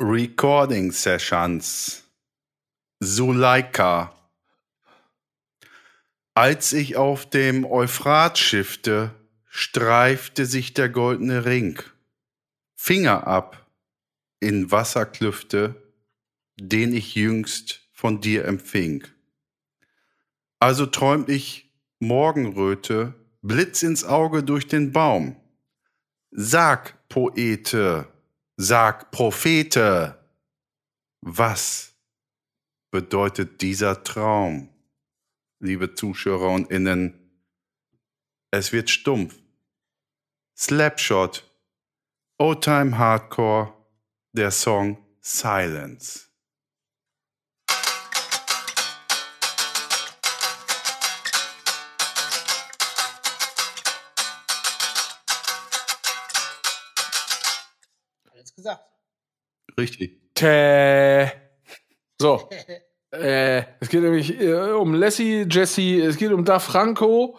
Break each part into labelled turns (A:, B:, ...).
A: Recording Sessions. Suleika. Als ich auf dem Euphrat schiffte, streifte sich der goldene Ring. Finger ab in Wasserklüfte, den ich jüngst von dir empfing. Also träumt ich Morgenröte, Blitz ins Auge durch den Baum. Sag, Poete, sag, Prophete, was bedeutet dieser Traum? Liebe Zuschauer und Innen, es wird stumpf. Slapshot, Oldtime Hardcore, der Song Silence.
B: Alles gesagt.
A: Richtig.
C: Tä. So. Äh, es geht nämlich äh, um Lassie, Jesse, es geht um Da Franco.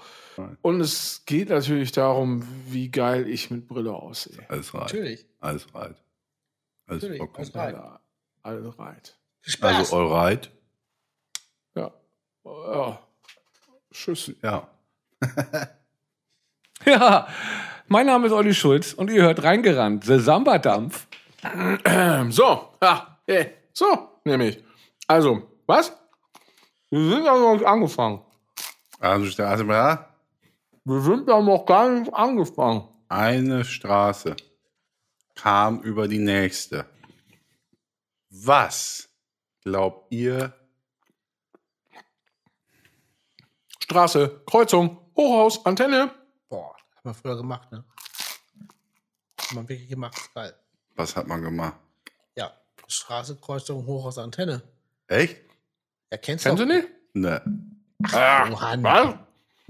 C: Und es geht natürlich darum, wie geil ich mit Brille aussehe.
A: Alles right.
B: Natürlich.
A: Alles right. Alles
B: Natürlich,
A: vollkommen.
B: alles right.
C: Ja, All right.
B: Spaß.
A: Also all right.
C: Ja. Oh. ja. Tschüss.
A: Ja.
D: Ja, mein Name ist Olli Schulz und ihr hört reingerannt. The Samba Dampf.
C: Ähm, So. Ah, eh. So, nämlich. Also, was? Wir sind ja noch nicht angefangen.
A: Also Straße, ja.
C: Wir sind ja noch gar nicht angefangen.
A: Eine Straße kam über die nächste. Was glaubt ihr?
C: Straße, Kreuzung, Hochhaus, Antenne.
B: Boah, hat man früher gemacht, ne? Hat man wirklich gemacht, ist geil.
A: Was hat man gemacht?
B: Ja, Straße, Kreuzung, Hochhaus, Antenne.
A: Echt?
B: Ja, kennst
C: Kennst
B: du
C: du nicht?
A: Ne.
C: Ah,
B: Johann.
C: was?
B: Du
A: Ja,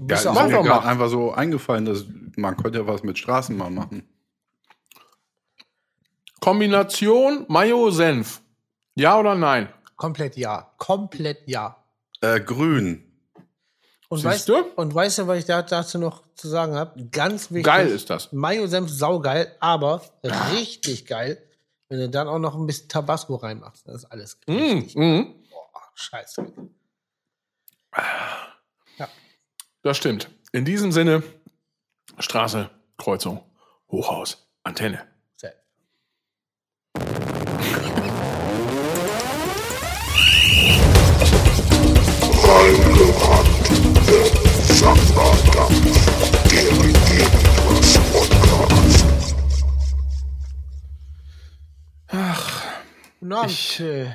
B: bist
A: ist mir
C: mach doch
A: gerade
C: mal.
A: einfach so eingefallen, dass man könnte ja was mit Straßen mal machen.
C: Kombination Mayo-Senf. Ja oder nein?
B: komplett ja. Komplett ja.
A: Äh, grün.
B: Und
C: Siehst
B: weißt,
C: du?
B: und weißt du, was ich da, dazu noch zu sagen habe? Ganz wichtig.
C: Geil ist das.
B: Mayo-Senf saugeil, aber richtig geil, wenn du dann auch noch ein bisschen Tabasco reinmachst. Das ist alles
C: Mm,
B: richtig.
C: mm,
B: Boah, scheiße.
C: das stimmt. In diesem Sinne, Straße, Kreuzung, Hochhaus, Antenne.
B: Sehr. Guten Abend.
C: Ich-
B: äh,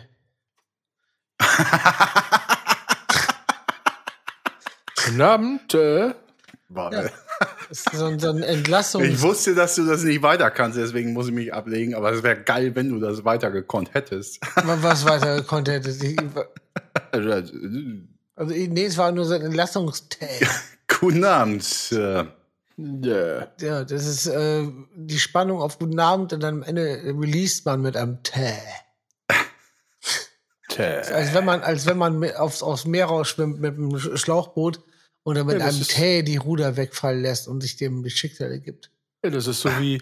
C: Guten Abend. Äh,
A: Warte.
B: ist so ein, so ein Entlassungs-
A: Ich wusste, dass du das nicht weiter kannst, deswegen muss ich mich ablegen, aber es wäre geil, wenn du das weitergekonnt hättest.
B: Wa- was weiter Content. ist. Ich-
A: Guten
B: Also, ich- nee, es war nur so ein Entlassungstag.
A: Abend. äh,
C: yeah.
B: Ja, das ist äh, die Spannung auf guten Abend und dann am Ende released man mit einem Tä.
C: Tä.
B: Als wenn man, als wenn man mit aufs, aufs Meer rausschwimmt mit einem Sch- Schlauchboot und dann mit
C: Ja, das
B: einem
C: ist-
B: Tä die Ruder wegfallen lässt und sich dem Geschickter gibt.
C: Das ist so wie,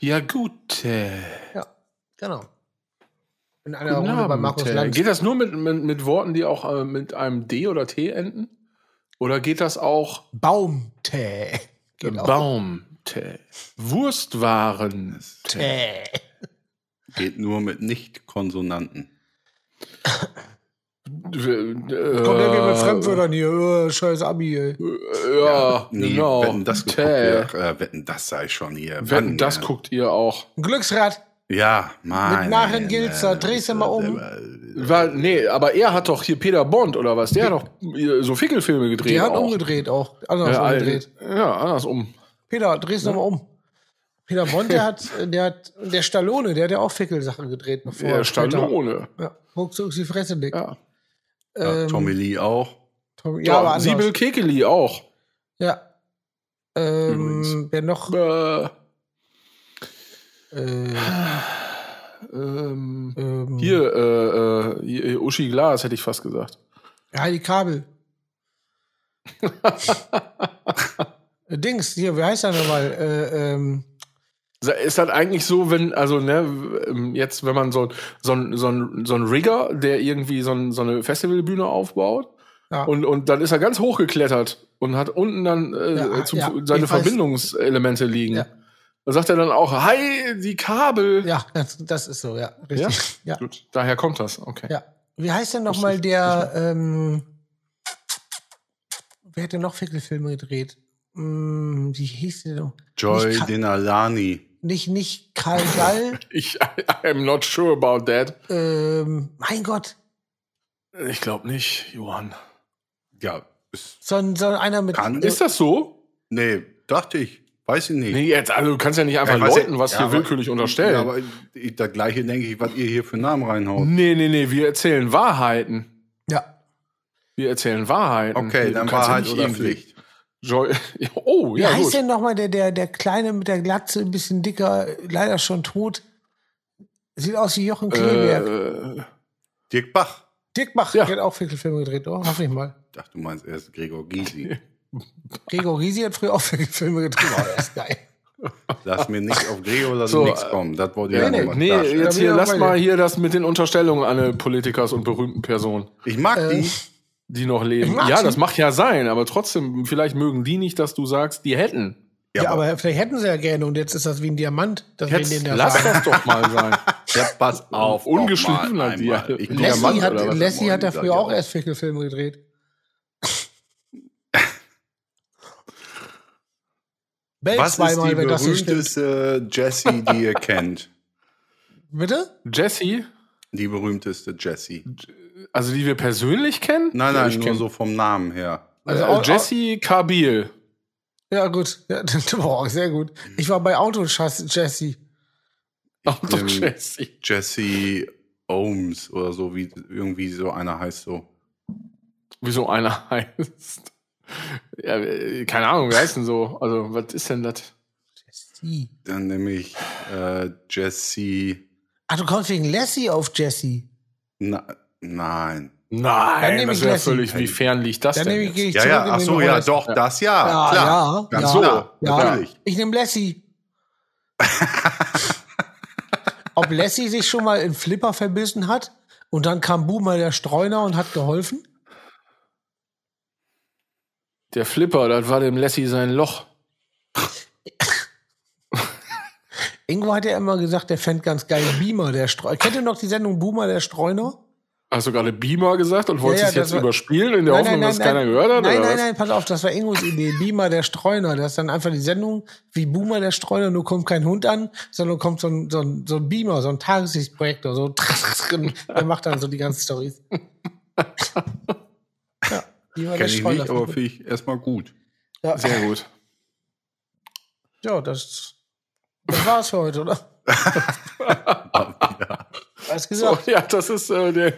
C: ja gut. Äh,
B: Ja, genau. In einer
C: guten
B: Runde bei Markus
C: Abend. Äh,
B: Lanz.
C: geht das nur mit, mit, mit Worten, die auch äh, mit einem D oder T enden? Oder geht das auch
B: Baumtä. Geht auch.
C: Baum? Tä. Wurstwaren? Tä.
B: Tä.
A: Geht nur mit Nicht-Konsonanten.
B: Kommt irgendwie mit
C: Kommt
B: Fremdwörtern hier. äh, scheiß Abi, ey.
C: Äh, Ja,
A: Nee,
C: genau.
A: Wetten, das geguckt,
C: Tä.
A: wir, äh, Wetten, das sei schon hier.
C: Wenn
A: Mann,
C: das
A: äh,
C: guckt ihr auch.
B: Ein Glücksrad.
A: Ja, äh, Mann.
B: Mit Narren gilt's, da drehst du mal um.
C: Weil, nee, aber er hat doch hier Peter Bond oder was? Der hat doch äh, so Fickelfilme gedreht.
B: Die hat
C: auch.
B: umgedreht auch. Anders
C: Ja,
B: umgedreht.
C: äh, ja, andersrum.
B: Peter, dreh's nochmal um. Peter Bond, der hat, der hat, der Stallone, der hat ja auch Fickelsachen gedreht, bevor
C: Der
B: er später-
C: Stallone.
B: Ja, ruckzuck die Fresse dick.
C: Ja. ähm,
A: Ja, Tommy Lee auch.
B: Tommy-
C: ja
B: ja, aber anders.
C: Sibyl Kekeli auch.
B: Ja. Ähm,
A: Übrigens.
B: wer noch?
C: Äh,
B: Äh,
C: ähm,
B: ähm,
C: hier, äh, äh, hier, hier, Uschi Glas hätte ich fast gesagt.
B: Heidi Kabel. Dings, hier, wer heißt der nochmal? Äh, ähm,
C: Ist das eigentlich so, wenn, also, ne, jetzt, wenn man so, so, ein- so, ein- so ein Rigger, der irgendwie so, ein, so eine Festivalbühne aufbaut,
B: Ja.
C: und, und dann ist er ganz hoch geklettert und hat unten dann äh,
B: Ja,
C: zum,
B: ja,
C: seine
B: ich weiß.
C: Verbindungselemente liegen.
B: Ja.
C: Da sagt er dann auch, hi, die Kabel.
B: ja, das, das ist so, ja. Richtig. Ja. ja.
C: Gut, daher kommt das, okay.
B: Wie heißt denn
C: Richtig,
B: nochmal der, ähm, wer hat denn noch Fickelfilme gedreht? Hm, wie hieß der denn?
A: Joy
B: Ich kann-
A: Denalani.
B: Nicht, nicht Karl Gall,
C: Ich, I'm not sure about that.
B: ähm, mein Gott,
C: Ich glaube nicht, Johann.
A: Ja, ist,
B: so, ein- so einer mit.
A: Kann-
C: Ist das so?
A: nee, dachte ich. Weiß ich nicht.
C: Nee, jetzt, also du kannst ja nicht einfach
A: Ja, ich weiß
C: Leuten
A: ja-
C: was
A: ja,
C: hier
A: aber-
C: willkürlich unterstellen.
A: Ja, aber ich, das gleiche denke ich, was ihr hier für Namen reinhaut.
C: nee, nee, nee, wir erzählen Wahrheiten.
B: Ja,
C: Wir erzählen Wahrheiten.
A: Okay,
C: nee,
A: dann
C: kannst ja
A: Wahrheit
C: nicht
A: oder
C: irgendwie-
A: Pflicht.
C: Joy oh,
B: wie
C: ja,
B: heißt
C: gut.
B: denn nochmal der, der, der Kleine mit der Glatze, ein bisschen dicker, leider schon tot? Sieht aus wie Jochen Kleberg.
C: Äh,
A: Dirk Bach.
B: Dickbach
C: ja.
B: hat auch Fickelfilme gedreht, oder? Hoffe ich mal.
A: Ich dachte, du meinst erst Gregor Gysi.
B: Gregor Gysi hat früher auch Fickelfilme gedreht. Oh, das ist geil.
A: Lass mir nicht auf Gregor oder
C: So,
A: nichts kommen. Das wollte ich
C: ja,
A: ja
C: nee,
A: nochmal
C: nee
A: darstellen.
C: jetzt hier,
B: Ja,
C: lass
B: meine-
C: mal hier das mit den Unterstellungen an Politikers und berühmten Personen,
A: Ich mag
B: Äh,
A: die.
C: die noch leben.
B: Ich mag's
C: Ja, das
B: nicht.
C: mag ja sein, aber trotzdem, vielleicht mögen die nicht, dass du sagst, die hätten.
B: Ja, aber, vielleicht hätten sie ja gerne und jetzt ist das wie ein Diamant. Das wir
C: Jetzt
B: denen da
C: lass
B: sagen.
C: das doch mal sein.
A: Ja, pass auf. doch
C: Ungeschliffen
A: mal
C: hat die
A: einmal.
C: ja.
A: Ich-
C: Leslie
B: Lassie
C: Diamant
B: hat,
C: oder was?
B: Lassie hat ja
A: Sag
B: früher
A: ich
B: auch erst Fickelfilme gedreht. Bell
A: Was ist
B: zweimal,
A: die
B: wenn das nicht stimmt.
A: berühmteste Jessie, die ihr kennt?
B: Bitte?
C: Jessie,
A: Die berühmteste Jessie.
C: also die wir persönlich kennen?
A: Nein,
C: Ja,
A: nein,
C: ich
A: nur
C: kenn-
A: so vom Namen her.
B: Also
C: äh,
B: auch-
C: Jessie Kabil.
B: Ja, gut. Ja, boah, sehr gut. Ich war bei Autoschass, Jesse.
C: Ach doch,
A: Ähm,
C: Jessie.
A: Jessie Ohms oder so, wie irgendwie so einer heißt so.
C: Wieso einer heißt? Ja, äh, keine Ahnung, wie heißt denn so? Also, was ist denn das?
B: Jesse.
A: Dann nehme ich äh, Jessie.
B: Ach, Ah, du kommst wegen Lassie auf Jesse.
A: Na, nein.
B: Dann
C: Nein,
B: nehm
C: das
B: ich
C: wäre
B: Lassie.
C: völlig, wie fern liegt das
B: Dann
C: denn?
B: nehme ich,
C: jetzt?
B: gehe ich
A: Ja,
B: zurück
A: ja,
B: in
A: ach
B: die
A: so, ja,
B: Rolle.
A: doch, das ja.
B: Ja,
A: Ah, klar.
B: ja,
A: Ganz
B: ja.
A: klar.
B: Ja.
A: Natürlich.
B: Ich nehme Lassie. Ob Lassie sich schon mal in Flipper verbissen hat und dann kam Boomer der Streuner und hat geholfen?
C: Der Flipper, das war dem Lassie sein Loch.
B: Ingo hat ja immer gesagt, der fänd ganz geil Beamer der Streuner. Kennt ihr noch die Sendung Boomer der Streuner?
C: Hast du gerade Beamer gesagt und wolltest
B: ja,
C: es
B: das
C: jetzt
B: war-
C: überspielen in der Hoffnung, dass keiner gehört hat?
B: Nein,
C: oder
B: nein,
C: was?
B: nein, pass auf, das war Ingos Idee. Beamer der Streuner. Das ist dann einfach die Sendung wie Boomer der Streuner, nur kommt kein Hund an, sondern kommt so ein, so ein, so ein Beamer, so ein Tageslichtprojektor, so. Und der macht dann so die ganzen Storys. ja, Beamer
A: Kenn ich nicht,
C: ne?
A: aber finde ich erstmal gut.
B: ja,
C: Sehr gut.
B: ja, das, das war's für heute, oder? Alles
C: So,
B: gesagt.
C: ja, das ist äh, der,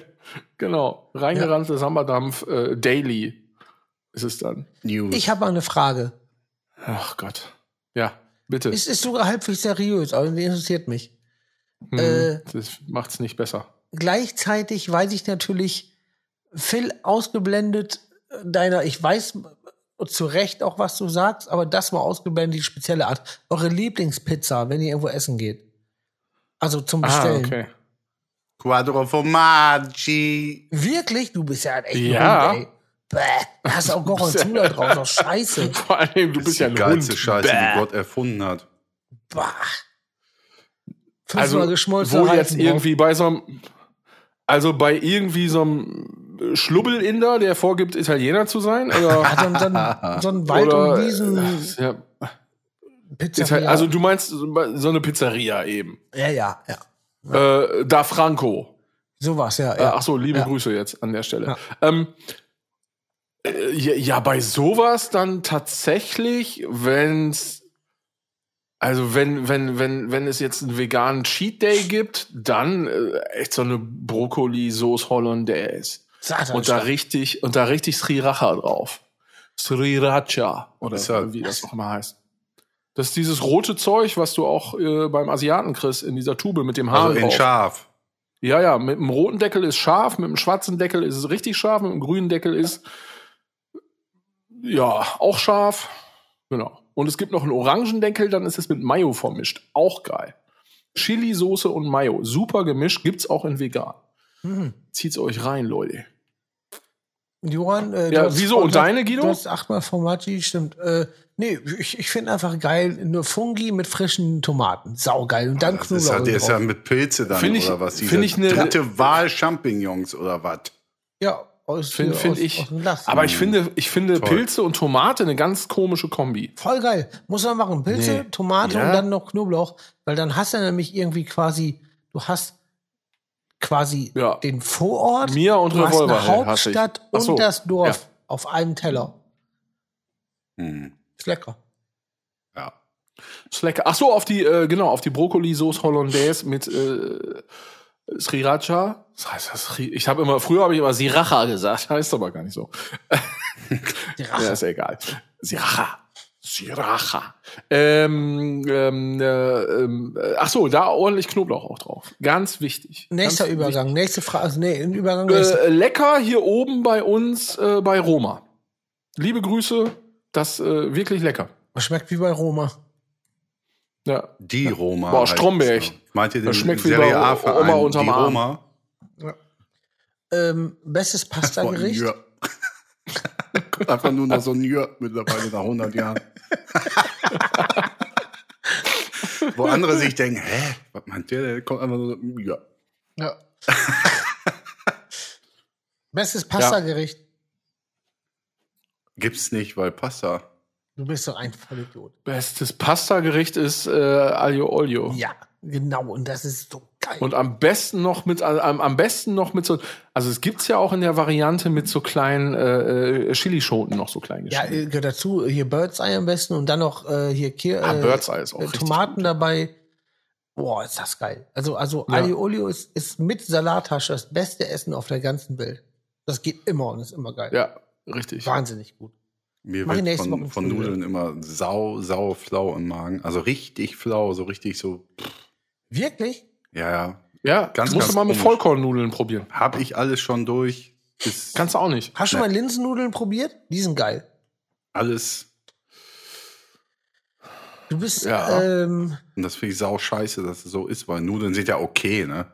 C: genau, reingerannte Sammerdampf äh, Daily ist es dann.
A: News.
B: Ich habe mal eine Frage.
C: Ach Gott. Ja, bitte.
B: Es ist sogar halbwegs seriös, aber die interessiert mich.
C: hm,
B: äh,
C: das macht's nicht besser.
B: gleichzeitig weiß ich natürlich, Phil ausgeblendet äh, deiner, ich weiß äh, zu Recht auch, was du sagst, aber das mal ausgeblendet, die spezielle Art. Eure Lieblingspizza, wenn ihr irgendwo essen geht. Also zum
C: Ah,
B: Bestellen.
C: okay.
A: Quattro Formaggi.
B: Wirklich? Du bist ja ein echter
C: Ja.
B: Hund, ey. Bäh, da hast du auch Gorgonzola drauf, doch scheiße.
C: Vor allem, du bist ja ein
A: die geilste
C: Hund.
A: Scheiße,
C: Bäh.
A: die Gott erfunden hat.
B: Bah.
C: Also,
B: Fünfmal geschmolzen.
C: wo jetzt irgendwie bei so einem, also bei irgendwie so einem Schlubbelinder, der vorgibt, Italiener zu sein, oder,
B: Hat dann so ein, so ein Wald-
C: oder äh,
B: und Wiesen
C: ja,
B: Pizza.
C: Ital also du meinst so so eine Pizzeria eben,
B: ja, ja, ja.
C: äh, da Franco,
B: Sowas, ja.
C: Äh,
B: ja.
C: ach so, liebe
B: Ja.
C: Grüße jetzt an der Stelle.
B: Ja.
C: Ähm, äh, ja, ja, bei sowas dann tatsächlich, wenn's also wenn wenn wenn wenn es jetzt einen veganen Cheat Day gibt, dann äh, echt so eine Brokkoli Sauce Hollandaise
B: Satan,
C: und da richtig und da richtig Sriracha drauf. Sriracha oder
A: Ist ja-
C: wie das auch immer heißt. Das ist dieses rote Zeug, was du auch äh, beim Asiaten kriegst in dieser Tube mit dem Haar
A: Also in
C: drauf.
A: Schaf.
C: Ja, ja, mit dem roten Deckel ist scharf, mit dem schwarzen Deckel ist es richtig scharf, mit dem grünen Deckel ist ja auch scharf. Genau. Und es gibt noch einen Orangendeckel, dann ist es mit Mayo vermischt. Auch geil. Chili-Soße und Mayo. Super gemischt. Gibt's auch in vegan.
B: Hm.
C: Zieht's euch rein, Leute.
B: Johann, äh,
C: Ja,
B: du hast-
C: wieso? Und deine, Guido?
B: Du hast achtmal Formaggi, stimmt. Äh, nee, ich, ich finde einfach geil, nur Fungi mit frischen Tomaten. Saugeil. Und dann
A: Ah, Das ist ja,
B: Knoblauch.
A: der ist ja
B: drauf.
A: mit Pilze dann
C: Find ich-
A: oder was? Diese
C: find ich ne-
A: dritte Wahl Champignons oder was?
B: ja, aus,
C: Find-
B: aus,
C: find ich.
B: aus dem Glas.
C: Aber ich finde, ich finde
A: Toll.
C: Pilze und Tomate eine ganz komische Kombi.
B: Voll geil. Muss man machen. Pilze,
C: Nee.
B: Tomate
A: Ja.
B: und dann noch Knoblauch. Weil dann hast du nämlich irgendwie quasi, du hast quasi
C: Ja,
B: den Vorort,
C: Mia und
B: du hast
C: Revolver.
B: eine Hauptstadt
C: Ach so.
B: und das Dorf
C: Ja.
B: auf einem Teller.
A: Hm.
B: Ist lecker.
A: Ja.
C: Ist lecker. Ach so, auf die, äh, genau, auf die Brokkoli-Sauce Hollandaise mit äh, Sriracha. Das heißt das, Sri- ich habe immer, früher habe ich immer Sriracha gesagt, heißt aber gar nicht so.
B: Die
C: Ja,
B: Rache.
C: ist ja egal. Sriracha. Sriracha. Ähm, ähm, äh, ähm, äh, ach so, da ordentlich Knoblauch auch drauf. Ganz wichtig.
B: Nächster
C: Ganz
B: Übergang. Nächste Frage. Also, nee, ein Übergang. nächste.
C: Äh, lecker hier oben bei uns äh, bei Roma. Liebe Grüße, das äh, wirklich lecker.
B: Schmeckt wie bei Roma.
C: Ja,
A: Die Roma.
C: Boah,
A: heißt
C: Stromberg.
A: es noch. Meint ihr den
C: Das schmeckt wie
A: Serie
C: bei
A: A
C: O- Oma
A: Verein? Die
C: unterm Arm.
A: Roma?
B: Ähm, bestes
A: Boah, ein
B: Pasta-Gericht.
A: Jörg. Einfach nur noch so ein Jörg mittlerweile nach 100 Jahren. Wo andere sich denken, hä, was meint der? Der kommt einfach nur so, ja.
B: Ja. bestes Pasta-Gericht.
A: Gibt's nicht, weil Pasta.
B: Du bist so ein Vollidiot.
C: bestes Pasta-Gericht ist äh, Aglio Olio.
B: Ja, genau. Und das ist so geil.
C: Oh. Und am besten noch mit also am, am besten noch mit so also es gibt's ja auch in der Variante mit so kleinen äh, äh, Chilischoten noch so klein
B: Ja, äh,
C: geschnitten.
B: gehört dazu. Hier Bird's Eye am besten und dann noch äh, hier Kir
C: ah,
B: äh,
C: Bird's Eye ist auch
B: äh,
C: richtig
B: Tomaten
C: gut.
B: dabei. Boah, ist das geil. Also, also
C: Ja.
B: Aglio Olio ist, ist mit Salattasche das beste Essen auf der ganzen Welt. Das geht immer und ist immer geil.
C: Ja, richtig.
B: Wahnsinnig gut.
A: Mir
B: Mach ich
A: wird
B: nächste Woche
A: von,
B: mit
A: von
B: Nudeln.
A: Nudeln immer sau, sau flau im Magen. Also richtig flau, so richtig so,
B: Wirklich?
A: ja, ja.
C: Ja,
A: Ganz,
C: musst
A: ganz
C: du mal mit
A: komisch.
C: Vollkornnudeln probieren.
A: Hab ich alles schon durch. Ist
C: Kannst du auch nicht.
B: Hast du mal Linsennudeln probiert? Die sind geil.
A: alles.
B: Du bist,
C: Ja.
B: ähm,
A: Und das finde ich sau scheiße, dass es so ist, weil Nudeln sind ja okay, ne?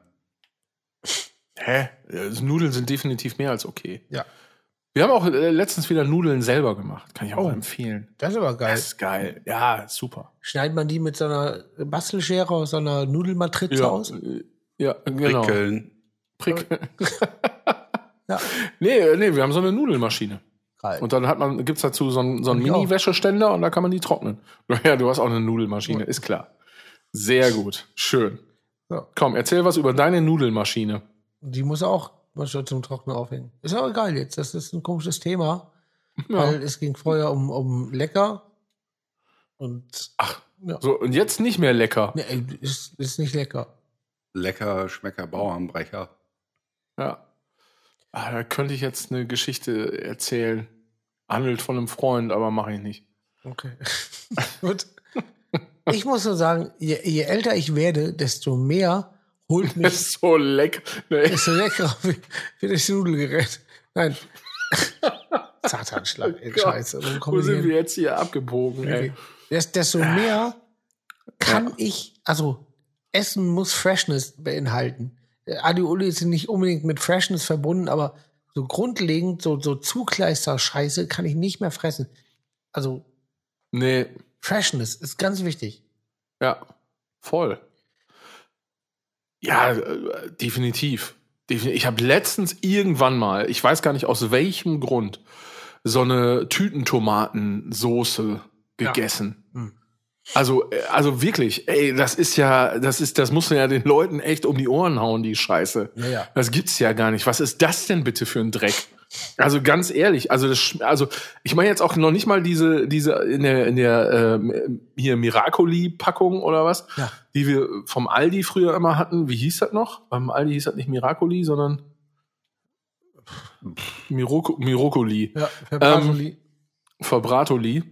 C: Hä? Also Nudeln sind definitiv mehr als okay.
B: Ja.
C: Wir haben auch äh, letztens wieder Nudeln selber gemacht. Kann ich auch
B: Oh.
C: empfehlen.
B: das ist aber geil.
C: Das ist geil. Ja, ist super.
B: Schneidet man die mit so einer Bastelschere aus so einer Nudelmatrize
C: Ja,
B: aus?
C: äh, ja genau.
A: Prickeln.
C: Prickeln.
B: Ja.
C: nee, äh, nee, wir haben so eine Nudelmaschine.
B: Geil.
C: Und dann hat man, gibt's dazu so einen, so einen
B: Hab ich auch.
C: Mini-Wäscheständer und da kann man die trocknen. Ja, du hast auch eine Nudelmaschine, ist klar. Sehr gut. Schön.
B: Ja.
C: Komm, erzähl was über deine Nudelmaschine.
B: Die muss auch manchmal zum Trocknen aufhängen. Ist aber geil jetzt. Das ist ein komisches Thema.
C: Ja.
B: Weil es ging vorher um, um lecker. Und
C: Ach,
B: ja.
C: so, und jetzt nicht mehr lecker.
B: Nee, ey, ist, ist nicht lecker.
A: Lecker, Schmecker, Bauernbrecher.
C: Ja. Ah, da könnte ich jetzt eine Geschichte erzählen. Handelt von einem Freund, aber mache ich nicht.
B: Okay. Gut. Ich muss nur sagen, je, je älter ich werde, desto mehr holt
C: Das
B: mich
C: ist so lecker. Nee.
B: desto leckerer wird wird das Nudelgerät. Nein. Zatanschlag, ey,
C: Gott,
B: Scheiße. warum kommen
C: Wo
B: die
C: sind
B: hin?
C: wir jetzt hier abgebogen? Ey?
B: Wirklich. Des, desto
C: Ah.
B: mehr kann ich, also Essen muss Freshness beinhalten. Äh, Adioli ist nicht unbedingt mit Freshness verbunden, aber so grundlegend, so, so Zugleister-Scheiße kann ich nicht mehr fressen. Also
C: Nee,
B: Freshness ist ganz wichtig.
C: ja, voll. Ja, äh, definitiv. Defin- Ich habe letztens irgendwann mal, ich weiß gar nicht aus welchem Grund, so eine Tütentomatensoße gegessen.
B: Hm.
C: Also, äh, also wirklich, ey, das ist ja, das ist, das muss man ja den Leuten echt um die Ohren hauen, die Scheiße.
B: Ja, ja.
C: Das gibt's ja gar nicht. Was ist das denn bitte für ein Dreck? Also ganz ehrlich, also das, schm- also ich meine jetzt auch noch nicht mal diese, diese in der, in der ähm, hier Miracoli-Packung oder was,
B: Ja.
C: die wir vom Aldi früher immer hatten. Wie hieß das noch? Beim Aldi hieß das nicht Miracoli, sondern Miroco Mirocoli.
B: Ja, Herr
C: Ähm,
B: Pasoli.
C: Verbratoli.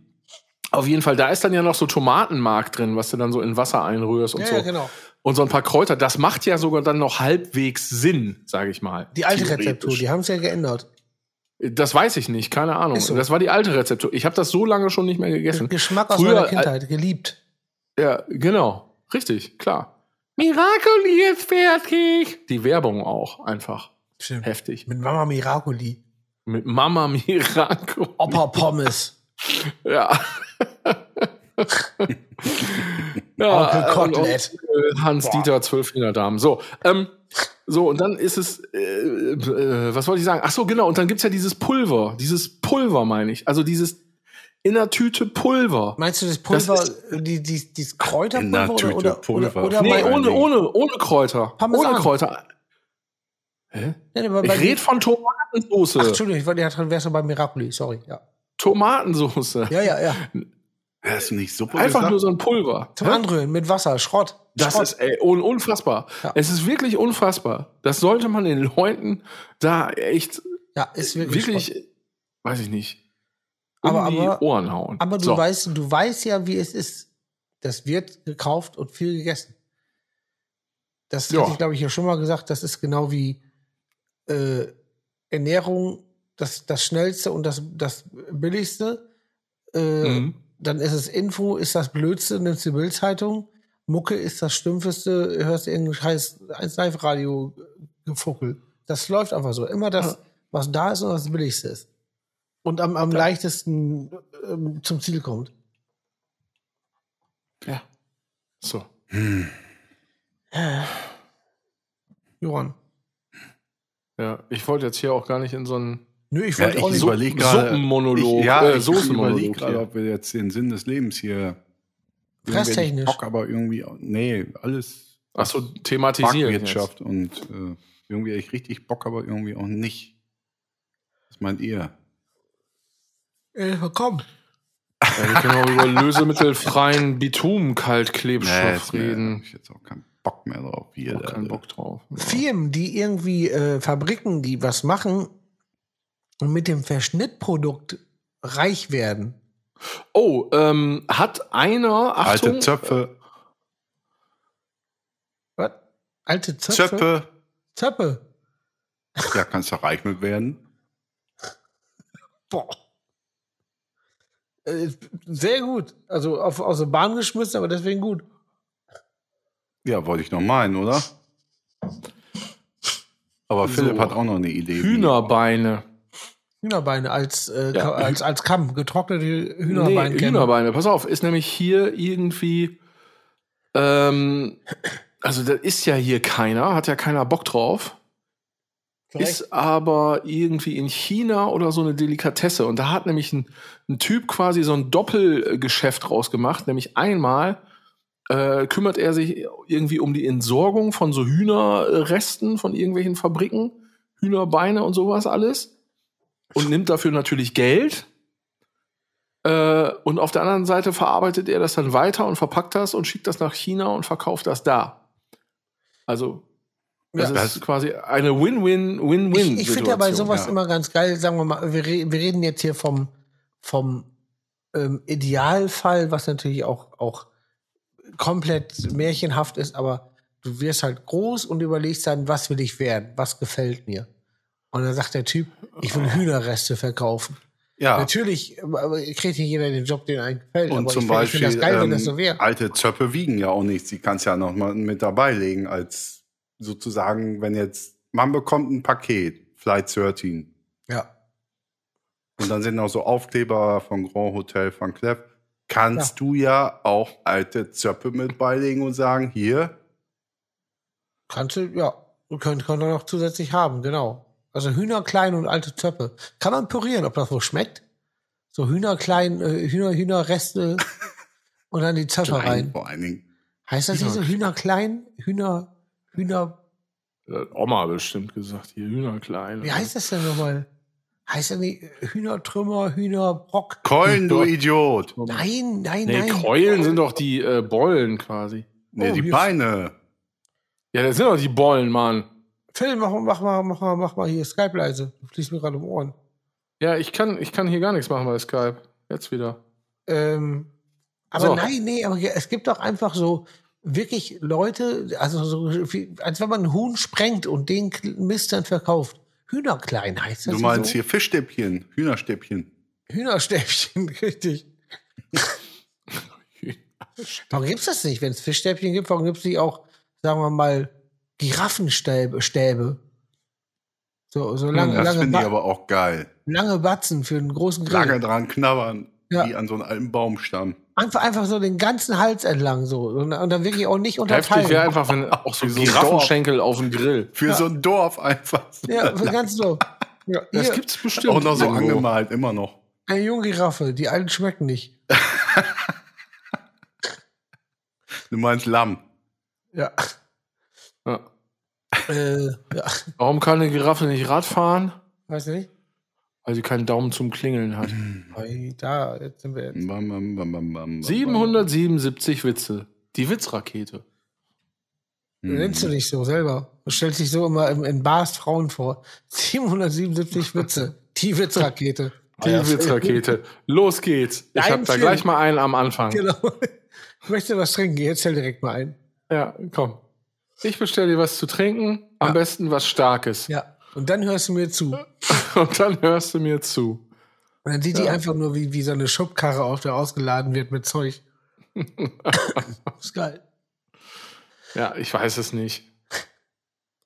C: Auf jeden Fall, da ist dann ja noch so Tomatenmark drin, was du dann so in Wasser einrührst und
B: ja,
C: so.
B: ja, genau.
C: Und so ein paar Kräuter. Das macht ja sogar dann noch halbwegs Sinn, sage ich mal.
B: Die alte
C: Theoretisch.
B: Rezeptur, die haben es ja geändert.
C: Das weiß ich nicht, keine Ahnung.
B: Ist so.
C: Das war die alte Rezeptur. Ich habe das so lange schon nicht mehr gegessen.
B: Geschmack aus
C: Früher, äh,
B: meiner Kindheit, geliebt.
C: Ja, genau. Richtig, klar. Miracoli ist fertig. Die Werbung auch einfach
B: Stimmt.
C: heftig.
B: Mit Mama Miracoli.
C: Mit Mama Miracoli.
B: Opa Pommes.
C: Ja.
B: Onkel
C: äh, und
B: Kotelett.
C: Onkel Hans-Dieter, zwölfjähriger Damen. So, ähm, so, und dann ist es, äh, äh, was wollte ich sagen? Ach so, genau, und dann gibt's ja dieses Pulver. Dieses Pulver, meine ich. Also dieses in der Tüte Pulver.
B: Meinst du das Pulver,
C: Das
B: die, die, dieses
A: In der
B: Kräuterpulver
A: Tüte
B: oder, oder,
A: Pulver.
B: oder, oder
A: Nee,
C: Nee,
B: mein,
C: ohne, ohne, ohne Kräuter.
B: Parmesan.
C: Ohne Kräuter. Hä?
B: Nee, bei,
C: Ich
B: bei,
C: rede von
B: ach,
C: Tomatensoße.
B: Entschuldigung, ich wollte ja dran, wärst du bei Miracoli, sorry. Ja,
C: Tomatensoße.
B: ja, ja. ja.
A: Hast du nicht Suppe
C: Einfach
A: gesagt?
C: nur so ein Pulver.
B: Zum Anrühren mit Wasser, Schrott.
C: Das
B: Schrott.
C: ist ey, un unfassbar.
B: Ja.
C: Es ist wirklich unfassbar. Das sollte man den Leuten da echt
B: ja, ist wirklich.
C: wirklich,
B: Schrott.
C: weiß ich nicht, um
B: Aber-
C: die
B: aber-
C: Ohren hauen.
B: Aber du
C: So.
B: weißt, du weißt ja, wie es ist. Das wird gekauft und viel gegessen. Das
C: Ja.
B: hatte ich, glaube ich, ja schon mal gesagt. Das ist genau wie äh, Ernährung, das, das Schnellste und das, das Billigste. Äh,
C: Mhm.
B: Dann ist es Info, ist das Blödste, nimmst die Bildzeitung. Mucke ist das Stümpfeste, hörst irgendein scheiß 1 live radio gefuckel Das läuft einfach so. Immer das, was da ist und was das Billigste ist. Und am, am leichtesten ähm, zum Ziel kommt.
C: Ja. So.
B: Johann.
C: Ja, ich wollte jetzt hier auch gar nicht in so einen
B: Nö, ich
A: Ja,
B: wollte auch
A: ich
B: nicht.
C: so-
A: überlege gerade.
C: Suppenmonolog,
A: Ich, ja,
C: äh,
A: ich
C: Soßenmonolog
A: überlege gerade,
C: hier.
A: ob wir jetzt den Sinn des Lebens hier.
B: Fresstechnisch.
A: irgendwie nicht Bock, aber irgendwie. auch- Nee, alles.
C: ach so, thematisieren.
A: Marktwirtschaft und äh, irgendwie echt richtig Bock, aber irgendwie auch nicht. Was meint ihr?
B: Äh, komm.
C: jetzt. Ja, wir können auch über lösemittelfreien
A: jetzt
C: Bitum-Kaltklebstoff
A: mehr, hab
C: reden.
A: ich jetzt auch keinen Bock mehr drauf. Hier, äh,
C: Auch keinen Bock drauf.
B: Firmen, die irgendwie äh, Fabriken, die was machen und mit dem Verschnittprodukt reich werden.
C: Oh, ähm, hat einer, Achtung,
A: Alte Zöpfe,
B: äh, Was? Alte Zöpfe.
A: Zöpfe.
B: Zöpfe.
A: Da kannst du reich mit werden.
B: Boah. Äh, sehr gut. Also auf, aus der Bahn geschmissen, aber deswegen gut.
A: Ja, wollte ich noch meinen, oder? Aber Philipp hat auch noch eine Idee.
C: Hühnerbeine.
B: Hühnerbeine als, äh,
C: Ja.
B: Ka- als, als Kamm, getrocknete Hühnerbeine.
C: Nee, Hühnerbeine, pass auf, ist nämlich hier irgendwie. Ähm, also, da ist ja hier keiner, hat ja keiner Bock drauf. Ist aber irgendwie in China oder so eine Delikatesse. Und da hat nämlich ein, ein Typ quasi so ein Doppelgeschäft rausgemacht. Nämlich einmal äh, kümmert er sich irgendwie um die Entsorgung von so Hühnerresten von irgendwelchen Fabriken, Hühnerbeine und sowas alles. Und nimmt dafür natürlich Geld. Äh, und auf der anderen Seite verarbeitet er das dann weiter und verpackt das und schickt das nach China und verkauft das da. Also, das
A: Ja.
C: ist quasi eine Win-Win-Win-Win.
B: Ich, ich finde ja bei sowas
A: ja.
B: immer ganz geil, sagen wir mal, wir, re wir reden jetzt hier vom, vom ähm, Idealfall, was natürlich auch, auch komplett märchenhaft ist, aber du wirst halt groß und überlegst dann, was will ich werden, was gefällt mir. Und dann sagt der Typ, ich
C: Oh.
B: will Hühnerreste verkaufen.
A: Ja.
B: Natürlich aber kriegt hier jeder den Job, den einem gefällt.
A: Und
B: aber
A: zum
B: ich find- ich
A: Beispiel
B: find das geil, wenn das
A: ähm,
B: so wäre.
A: alte Zöpfe wiegen ja auch nichts. Die kannst du ja noch mal mit dabei legen, als sozusagen, wenn jetzt man bekommt ein Paket, Flight 13.
B: Ja.
A: Und dann sind auch so Aufkleber von Grand Hotel von Cleff. Kannst du ja auch alte Zöpfe mit beilegen und sagen, hier,
B: Kannst du, ja, könnt, könnt ihr noch zusätzlich haben, genau. Also Hühnerklein und alte Zöpfe. Kann man pürieren, ob das wohl schmeckt? So Hühnerklein, äh, Hühner, Hühnerreste und dann die Zöpfe
A: klein
B: rein.
A: vor allen Dingen.
B: Heißt das nicht so Hühnerklein? Hühner, Hühner,
C: Hat Äh, Oma bestimmt gesagt, hier Hühnerklein.
B: wie heißt das denn nochmal? Heißt das nicht Hühnertrümmer, Hühnerbrock?
A: Keulen, du Idiot!
B: Nein, nein,
C: Nee,
B: nein.
C: Keulen sind doch die äh, Bollen quasi.
A: Nee,
B: Oh,
A: die
B: hier-
A: Beine.
C: Ja, das sind doch die Bollen, Mann.
B: Phil, mach, mach mal, mach mal, mach mal hier Skype leise. Du fliegst mir gerade um Ohren.
C: Ja, ich kann, ich kann hier gar nichts machen bei Skype. Jetzt wieder.
B: Ähm, aber
C: So.
B: nein, nee, aber es gibt doch einfach so wirklich Leute, also so, wie- als wenn man einen Huhn sprengt und den Mist dann verkauft. Hühnerklein heißt das.
A: Du
B: nicht
A: meinst
B: so?
A: hier Fischstäbchen, Hühnerstäbchen.
B: Hühnerstäbchen, richtig. warum gibt's das nicht? Wenn es Fischstäbchen gibt, warum gibt's nicht auch, sagen wir mal, Giraffenstäbe? Stäbe? So, so lange,
A: Hm, das
B: lange,
A: finde ich
B: ba
A: aber auch geil.
B: lange Batzen für einen großen Grill.
A: Lange dran knabbern,
B: Ja.
A: wie an so einem alten Baumstamm.
B: Einfach, einfach so den ganzen Hals entlang so. Und, und dann wirklich auch nicht
C: Heftig
B: unterteilen.
C: wäre einfach, wenn auch so
A: Wie
C: ein
A: so ein
C: Giraffenschenkel auf dem Grill.
A: Für so ein Dorf einfach.
B: Ja, für ganz so. Ja,
C: Das
B: hier,
C: gibt's bestimmt.
A: Auch noch so
C: irgendwo.
A: angemalt, immer noch.
B: eine junge Giraffe, die alten schmecken nicht.
A: Du meinst Lamm.
B: Ja.
C: Ja.
B: äh, ja.
C: Warum kann eine Giraffe nicht Rad fahren?
B: Weiß nicht.
C: Weil sie keinen Daumen zum Klingeln hat.
A: Mhm.
B: Ei, Da, jetzt sind wir jetzt.
C: Hm.
A: Bam, bam, bam, bam, bam,
C: 777 Witze. Die Witzrakete.
A: bam.
B: Du nennst du dich so selber. Du stellst dich so immer in, in Bars Frauen vor. 777 Witze. Die Witzrakete.
A: Ah,
C: Die Ah Witzrakete. Los geht's. Ich
B: Dein
C: hab da
B: Film.
C: gleich mal einen am Anfang.
B: Genau. Ich möchte was trinken. Jetzt stell direkt mal ein.
C: Ja, komm. Ich bestelle dir was zu trinken. Am besten was Starkes.
B: Ja. Und dann hörst du mir zu. Und
C: Und dann hörst du mir zu.
B: dann sieht die einfach nur wie, wie so eine Schubkarre auf, der ausgeladen wird mit Zeug. ist geil.
C: Ja, ich weiß es nicht.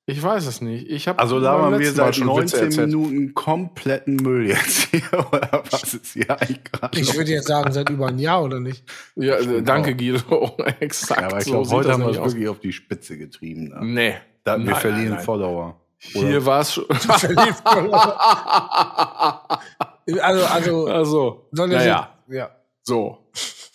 C: Ich weiß es nicht. Ich hab
A: Also
C: beim
A: labern wir
C: letzten Mal
A: seit
C: schon Witze
A: 19
C: erzählt.
A: Minuten kompletten Müll jetzt hier. Oder was ist hier eigentlich gerade?
B: Ich
A: los?
B: würde jetzt sagen, seit über ein Jahr oder nicht?
C: Ja, äh,
A: Stimmt
C: danke,
A: auch.
C: Guido.
A: Ja,
C: Exakt.
A: aber ich
C: so
A: glaube,
C: sieht
A: heute
C: das
A: haben wir
C: nämlich
A: es
C: aus.
A: wirklich auf die Spitze getrieben. Ne?
C: Nee.
A: Da, wir
C: Nein, nein,
A: verlieren
C: nein.
A: Follower.
C: Hier war es schon.
B: Also, also,
C: Also,
B: soll er
C: naja,
B: sich- ja.
C: so.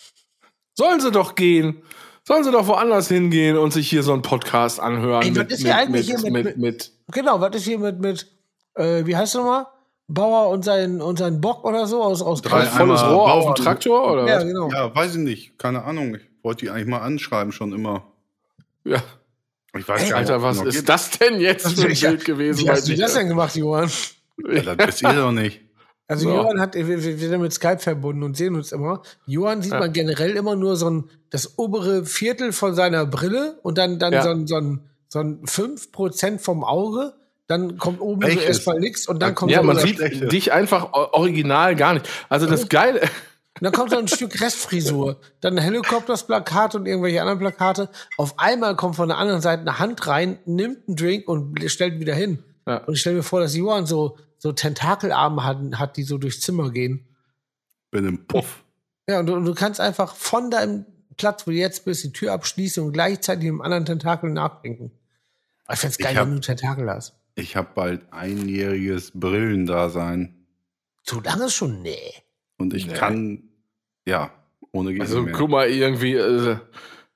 C: Sollen sie doch gehen. Sollen sie doch woanders hingehen und sich hier so einen Podcast anhören.
B: Ey, was ist hier eigentlich
C: mit,
B: hier
C: mit,
B: mit-
C: mit,
B: Genau, was ist hier mit, mit äh, wie heißt du nochmal? Bauer und sein, und sein Bock oder so aus, aus
A: Drei
C: ein
B: Kauf-
A: Einmal
C: volles Rohr auf dem
A: Bauern.
C: Traktor oder
B: Ja,
C: was?
B: genau.
A: Ja, weiß ich nicht. Keine Ahnung. Ich wollte die eigentlich mal anschreiben schon immer.
C: Ja.
A: Ich weiß
B: Ey,
A: gar nicht,
C: Alter,
A: ob es
C: was
A: noch
C: ist
A: gibt.
C: das denn jetzt für ein
B: Ja,
C: Bild gewesen?
B: Wie hast du
C: Weiß
B: das
C: ich-
B: denn gemacht, Johann?
A: Ja, das wisst ihr doch nicht.
B: Also
C: So.
B: Johann hat, wir, wir wir sind mit Skype verbunden und sehen uns immer. Johann sieht
C: Ja.
B: man generell immer nur so ein, das obere Viertel von seiner Brille und dann, dann
C: Ja.
B: so ein, so ein, so ein 5% vom Auge. Dann kommt oben so
A: Welches?
B: erstmal nichts und dann kommt,
C: ja,
B: so,
C: man
B: so-
C: sieht
A: Schlechte.
C: dich einfach o- original gar nicht. Also das Geile,
B: dann kommt so ein Stück Restfrisur. Dann Helikopters-Plakate und irgendwelche anderen Plakate. Auf einmal kommt von der anderen Seite eine Hand rein, nimmt einen Drink und stellt ihn wieder hin.
C: Ja.
B: Und ich stelle mir vor, dass Johann so, so Tentakelarme hat, hat, die so durchs Zimmer gehen.
A: Bin im Puff.
B: Ja, und du, und du kannst einfach von deinem Platz, wo du jetzt bist, die Tür abschließen und gleichzeitig dem anderen Tentakel nachdenken. Aber Ich find's
A: Ich
B: geil,
A: hab-
B: wenn du Tentakel hast.
A: Ich habe bald einjähriges Brillendasein.
B: Zu lange schon? Nee.
A: Und ich
C: Nee.
A: kann, ja, ohne Gehirn
C: also
A: mehr.
C: guck mal, irgendwie, äh,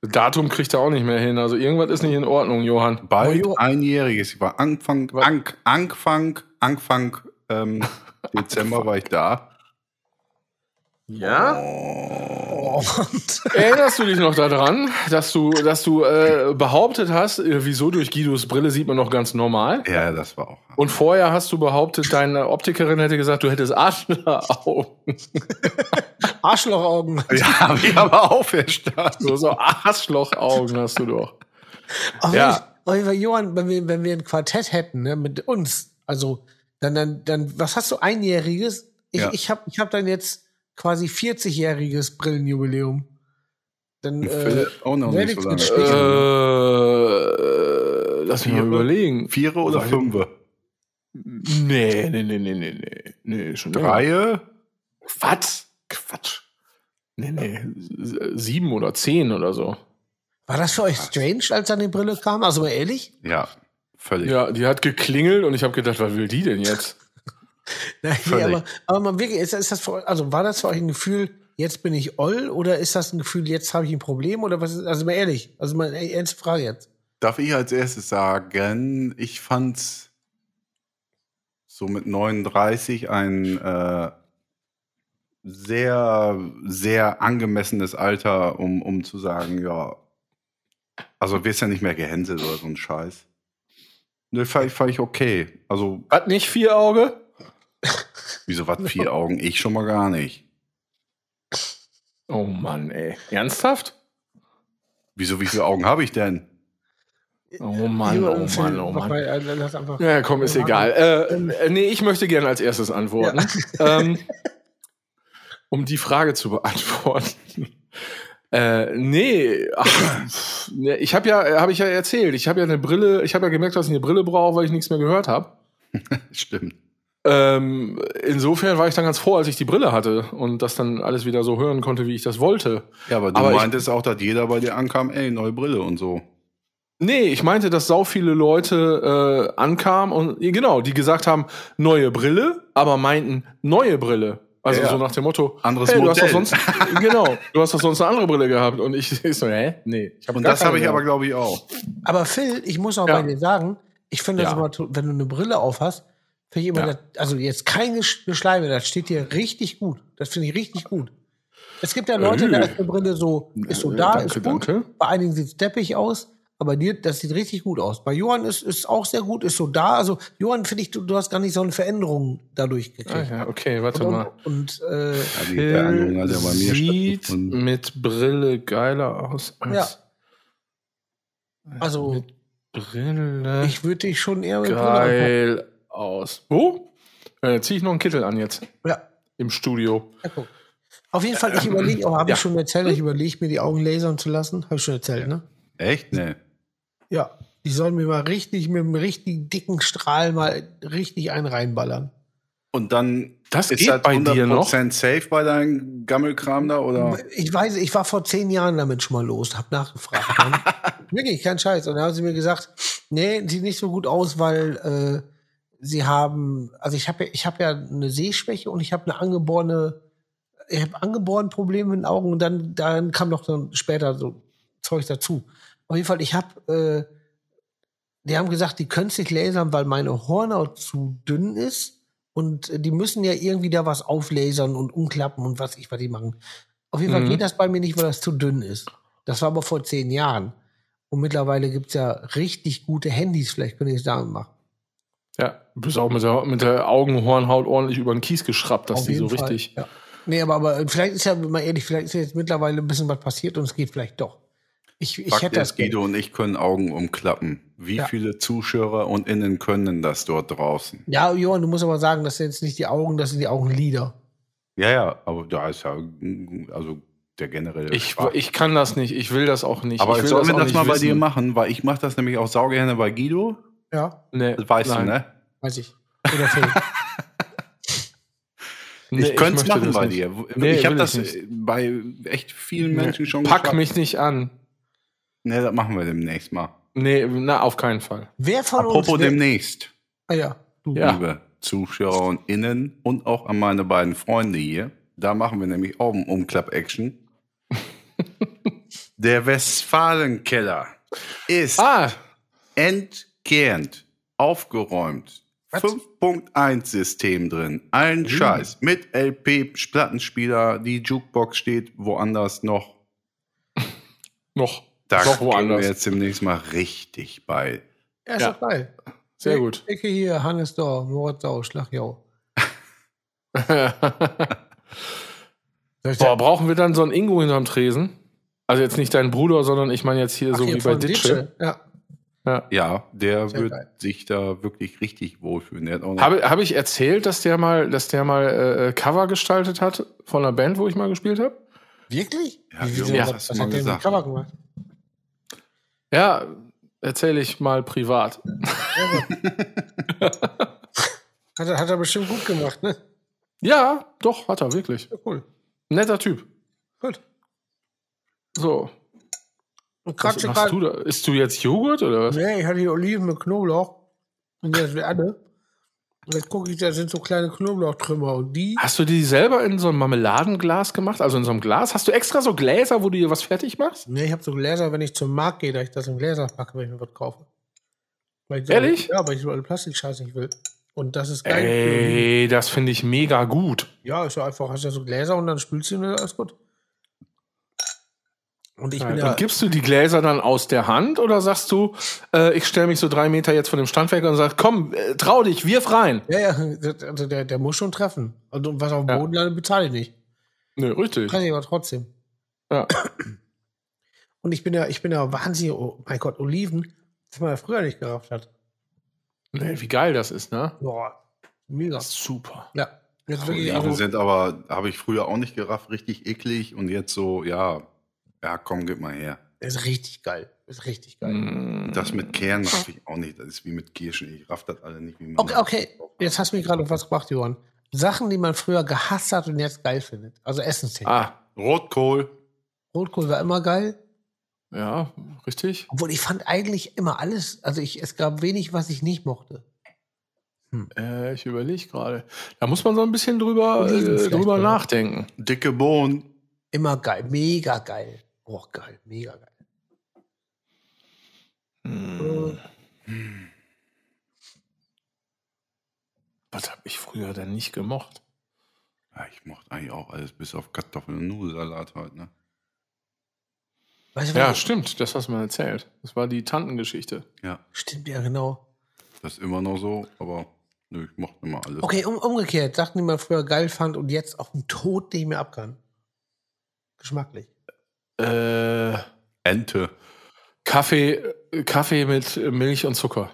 C: Datum kriegt er auch nicht mehr hin. Also irgendwas ist nicht in Ordnung, Johann.
A: Bald
B: Mario-
A: einjähriges. Ich war Anfang,
C: Was?
A: Ank, Anfang, Anfang ähm, Dezember war ich da.
C: Ja?
B: Oh, und
C: Erinnerst du dich noch daran, dass du, dass du äh, behauptet hast, äh, wieso durch Guidos Brille sieht man noch ganz normal?
A: Ja, das war auch.
C: Und vorher hast du behauptet, deine Optikerin hätte gesagt, du hättest Arschleraugen.
B: Arschlochaugen.
A: Ja, hab ich aber auch verstanden.
C: So, so Arschlochaugen hast du doch.
B: Aber
C: Ja.
B: wenn ich- aber Johann, wenn wir, wenn wir ein Quartett hätten, ne, mit uns, also dann, dann, dann, was hast du einjähriges? Ich,
A: Ja.
B: ich habe ich hab dann jetzt quasi 40-jähriges Brillenjubiläum. Dann äh,
A: Philipp auch oh, noch
B: werde
A: nicht
B: ich
A: so
B: mit
C: Äh,
A: lange.
B: Stichen.
C: äh, lass mich mal
A: Viere?
C: überlegen.
A: Viere oder Fünfe?
C: Nee, nee, nee, nee, nee, nee. nee schon länger.
A: Dreie?
C: Was? Quatsch. Nee, nee. s- äh, Sieben oder zehn oder so.
B: war das für euch strange, als dann die Brille kam? Also mal ehrlich?
A: Ja, völlig.
C: Ja, die hat geklingelt und ich habe gedacht, was will die denn jetzt?
B: Nein, nee,
A: Völlig.
B: aber, aber man wirklich, ist, ist das für, eu- also war das für euch ein Gefühl, jetzt bin ich oll oder ist das ein Gefühl, jetzt habe ich ein Problem oder was ist, also mal ehrlich, also mal e- ernste Frage jetzt.
A: Darf ich als erstes sagen, ich fand's so mit 39 ein äh, sehr, sehr angemessenes Alter, um, um zu sagen, ja, also wirst ja nicht mehr gehänselt oder so ein Scheiß. Ne, fand, ich- fand ich okay. Also,
C: Hat nicht vier Auge?
A: wieso was vier Augen? Ich schon mal gar nicht.
C: Oh Mann, ey. Ernsthaft?
A: Wieso, wie viele Augen habe ich denn?
C: Oh Mann,
B: Junge,
C: oh
B: Phil,
C: Mann, oh
B: mach
C: Mann.
B: mal, äh, lass einfach.
C: Ja, komm, ist egal.
B: Ähm,
C: Äh, nee, ich möchte gerne als erstes antworten. Ähm, um die Frage zu beantworten. Äh, nee, ach, pff, nee, ich habe ja, habe ich ja erzählt, ich habe ja eine Brille, ich habe ja gemerkt, dass ich eine Brille brauche, weil ich nichts mehr gehört habe.
A: Stimmt.
C: Ähm, insofern war ich dann ganz froh, als ich die Brille hatte und das dann alles wieder so hören konnte, wie ich das wollte.
A: Ja, aber du
C: Aber ich-
A: meintest auch, dass jeder bei dir ankam, ey, neue Brille und so.
C: Nee, ich meinte, dass sau viele Leute äh, ankamen und genau, die gesagt haben, neue Brille, aber meinten neue Brille. Also
A: Ja.
C: so nach dem Motto,
A: Anderes
C: hey, du hast doch
A: Modell.
C: sonst genau, du hast doch sonst eine andere Brille gehabt und ich, ich so, hä? Nee, ich habe
A: Und das habe ich aber, glaube ich, auch.
B: Aber Phil, ich muss auch
C: Ja.
B: bei dir sagen, ich finde das
C: Ja.
B: immer, to- wenn du eine Brille auf hast, finde ich immer,
C: Ja.
B: das, also jetzt kein Gesch- Geschleime, das steht dir richtig gut. Das finde ich richtig gut. Es gibt ja Leute,
C: Äh.
B: da ist eine Brille so, ist so da,
C: Danke,
B: ist gut.
C: danke.
B: Bei einigen sieht es deppig aus, aber dir, das sieht richtig gut aus. Bei Johann ist es auch sehr gut, ist so da. Also Johann, finde ich, du, du hast gar nicht so eine Veränderung dadurch
C: Ah,
B: gekriegt.
C: ja, okay, warte
B: und
C: mal.
B: und äh,
A: Also, der Ahnung
C: Phil
A: hat ja bei mir
C: sieht
A: stattgefunden.
C: mit Brille geiler aus als
B: Ja. also
C: Brille
B: ich würde dich schon eher mit Brille anpacken.
C: Äh. geil aus. Wo? Äh, zieh ich noch einen Kittel an jetzt
B: Ja.
C: im Studio.
B: Ja, guck. Auf jeden Fall, ich überlege, aber habe
C: ja.
B: ich schon erzählt, ich überlege mir die Augen lasern zu lassen. Habe ich schon erzählt, ne?
A: Echt? Nee.
B: Ja. Die sollen mir mal richtig mit einem richtig dicken Strahl mal richtig einen reinballern.
A: Und dann
C: Das
A: ist halt das 100% safe bei deinem Gammelkram da oder?
B: Ich weiß, ich war vor zehn Jahren damit schon mal los, habe nachgefragt. ne? Wirklich, kein Scheiß. Und da haben sie mir gesagt, nee, sieht nicht so gut aus, weil äh, sie haben, also ich habe ja, ich habe ja eine Sehschwäche und ich habe eine angeborene, ich habe angeborene Probleme mit den Augen und dann, dann kam noch dann später so Zeug dazu. Auf jeden Fall, ich habe, äh, die haben gesagt, die können sich lasern, weil meine Hornhaut zu dünn ist. Und äh, die müssen ja irgendwie da was auflasern und umklappen und was ich was die machen. Auf jeden Fall
C: Mhm.
B: geht das bei mir nicht, weil das zu dünn ist. Das war aber vor zehn Jahren. Und mittlerweile gibt's ja richtig gute Handys, vielleicht können die es damit machen.
C: Ja, du bist auch mit der, mit der Augenhornhaut ordentlich über den Kies geschraubt, dass
B: Auf
C: die so
B: jeden Fall,
C: richtig.
B: Ja. Nee, aber, aber vielleicht ist ja, mal ehrlich, vielleicht ist ja jetzt mittlerweile ein bisschen was passiert und es geht vielleicht doch. Ich, ich
A: Fakt
B: hätte das
A: ist, Guido und ich können Augen umklappen. Wie
B: Ja.
A: viele Zuschauer und Innen können das dort draußen?
B: Ja, Johann, du musst aber sagen, das sind jetzt nicht die Augen, das sind die Augenlider.
A: Ja, ja, aber da ist ja, mm, also der generelle.
C: Ich,
A: Spaß.
C: ich kann das nicht, ich will das auch nicht.
A: aber
C: ich will
A: sollen wir
C: auch
A: das
C: nicht
A: mal bei
C: wissen.
A: dir machen? Weil ich mache das nämlich auch saugerne bei Guido.
B: Ja,
C: Nee,
A: Das weißt
C: nein.
A: du, ne?
B: weiß ich. Oder Phil.
C: Nee,
A: ich könnte es
C: möchte
A: machen
C: das
A: bei
C: nicht.
A: dir.
C: Nee,
A: ich habe
C: will
A: das
C: ich nicht.
A: äh, bei echt vielen Menschen schon
C: Pack
A: geschafft.
C: mich nicht an.
A: Ne, das machen wir demnächst mal.
C: Nee, na, auf keinen Fall.
B: Wer von
A: Apropos
B: uns... wer-
A: demnächst,
B: ah, ja, du.
C: Ja.
A: liebe Zuschauer und Innen und auch an meine beiden Freunde hier. Da machen wir nämlich auch einen Umklapp-Action. Der Westfalenkeller ist
C: Ah,
A: entkernt, aufgeräumt. 5.1-System drin. Allen
C: Mhm.
A: Scheiß. Mit LP, Plattenspieler, die Jukebox steht woanders noch.
C: noch.
A: Da
C: noch
A: gehen wir
C: woanders.
A: jetzt demnächst mal richtig bei.
B: Ja, ist
C: Ja.
B: doch geil.
C: Sehr gut.
B: Ecke hier, Hannes Dorr, Moritz Sau, Schlagjau.
C: Boah,
B: Soll ich sagen,
C: brauchen wir dann so einen Ingo hinterm Tresen? Also jetzt nicht deinen Bruder, sondern ich meine jetzt hier
B: ach,
C: so
B: hier
C: wie bei
B: von
C: Ditsche.
B: Ja.
A: Ja, der
B: Sehr
A: wird
B: geil.
A: sich da wirklich richtig wohlfühlen. Der hat auch noch
C: Habe, habe ich erzählt, dass der mal, dass der mal äh, äh, Cover gestaltet hat von einer Band, wo ich mal gespielt habe?
B: Wirklich?
A: Ja,
B: Wie-
A: Jürgen,
B: wieso?
A: das
B: Was-
A: hast du
B: was
A: mal
B: hat der mit
A: gesagt.
B: Cover gemacht?
C: Ja, erzähle ich mal privat.
B: Hat er, hat er bestimmt gut gemacht, ne?
C: Ja, doch, hat er wirklich.
B: Ja, cool.
C: Netter Typ.
B: Gut.
C: So,
B: Und
C: was
B: gerade
C: machst du
B: gerade.
C: da? Isst du jetzt Joghurt oder was?
B: Nee, ich hatte hier Oliven mit Knoblauch. Und das werde. Und jetzt gucke ich, da sind so kleine Knoblauchtrümmer. Und die.
C: Hast du die selber in so einem Marmeladenglas gemacht? Also in so einem Glas? Hast du extra so Gläser, wo du dir was fertig machst?
B: Ne, ich habe so Gläser, wenn ich zum Markt gehe, dass ich das in Gläser packe, wenn ich mir was kaufe. Weil ich so-
C: Ehrlich?
B: Ja, weil ich so alle Plastikscheiße nicht will. Und das ist geil.
C: Ey, das finde ich mega gut.
B: Ja, ist ja einfach, hast ja so Gläser und dann spülst du ihn und alles gut. Und ich bin ja.
C: Und gibst du die Gläser dann aus der Hand oder sagst du, äh, ich stelle mich so drei Meter jetzt von dem Stand weg und sag, komm, äh, trau dich, wirf rein.
B: Ja, ja, also der, der muss schon treffen. Und was auf dem
C: Ja.
B: Boden landet, bezahle ich nicht.
C: Nö, richtig.
B: Kann ich aber trotzdem.
C: Ja.
B: Und ich bin ja, ich bin ja wahnsinnig, oh mein Gott, Oliven. Das man ja früher nicht gerafft hat.
C: Nee, wie geil das ist, ne?
B: Boah, mega.
C: Das ist super.
B: Ja. Jetzt
A: Die
B: wirklich
A: Sachen
B: also,
A: sind aber, habe ich früher auch nicht gerafft, richtig eklig und jetzt so, ja, ja, komm, gib mal her.
B: ist richtig geil. Ist richtig geil.
C: Mm.
A: Das mit Kern raff ich auch nicht. Das ist wie mit Kirschen. Ich raff das alle nicht. Wie man
B: Okay, okay. Jetzt hast du mich gerade auf was gebracht, Johann. Sachen, die man früher gehasst hat und jetzt geil findet. Also Essenstechnik.
C: Ah,
A: Rotkohl.
B: Rotkohl war immer geil.
C: ja, richtig.
B: Obwohl ich fand eigentlich immer alles, also ich, es gab wenig, was ich nicht mochte.
C: Äh, ich überlege gerade. Da muss man so ein bisschen drüber,
B: Oliven
C: äh,
B: vielleicht,
C: drüber
B: oder?
C: nachdenken.
A: Dicke Bohnen.
B: Immer geil, mega geil. Oh, geil, mega geil.
C: Hm. Was habe ich früher denn nicht gemocht?
A: Ja, ich mochte eigentlich auch alles, bis auf Kartoffeln und Nudelsalat heute. Ne?
B: Weißt du,
C: Ja,
B: was-
C: stimmt, das hast du mir erzählt. Das war die Tantengeschichte.
A: Ja,
B: stimmt, ja, genau.
A: das ist immer noch so, aber nö, ich mochte immer alles.
B: Okay, um, umgekehrt. Sachen, die man früher geil fand und jetzt auf den Tod nicht mehr ab kann. Geschmacklich.
C: Äh,
A: Ente.
C: Kaffee, äh, Kaffee mit äh, Milch und Zucker.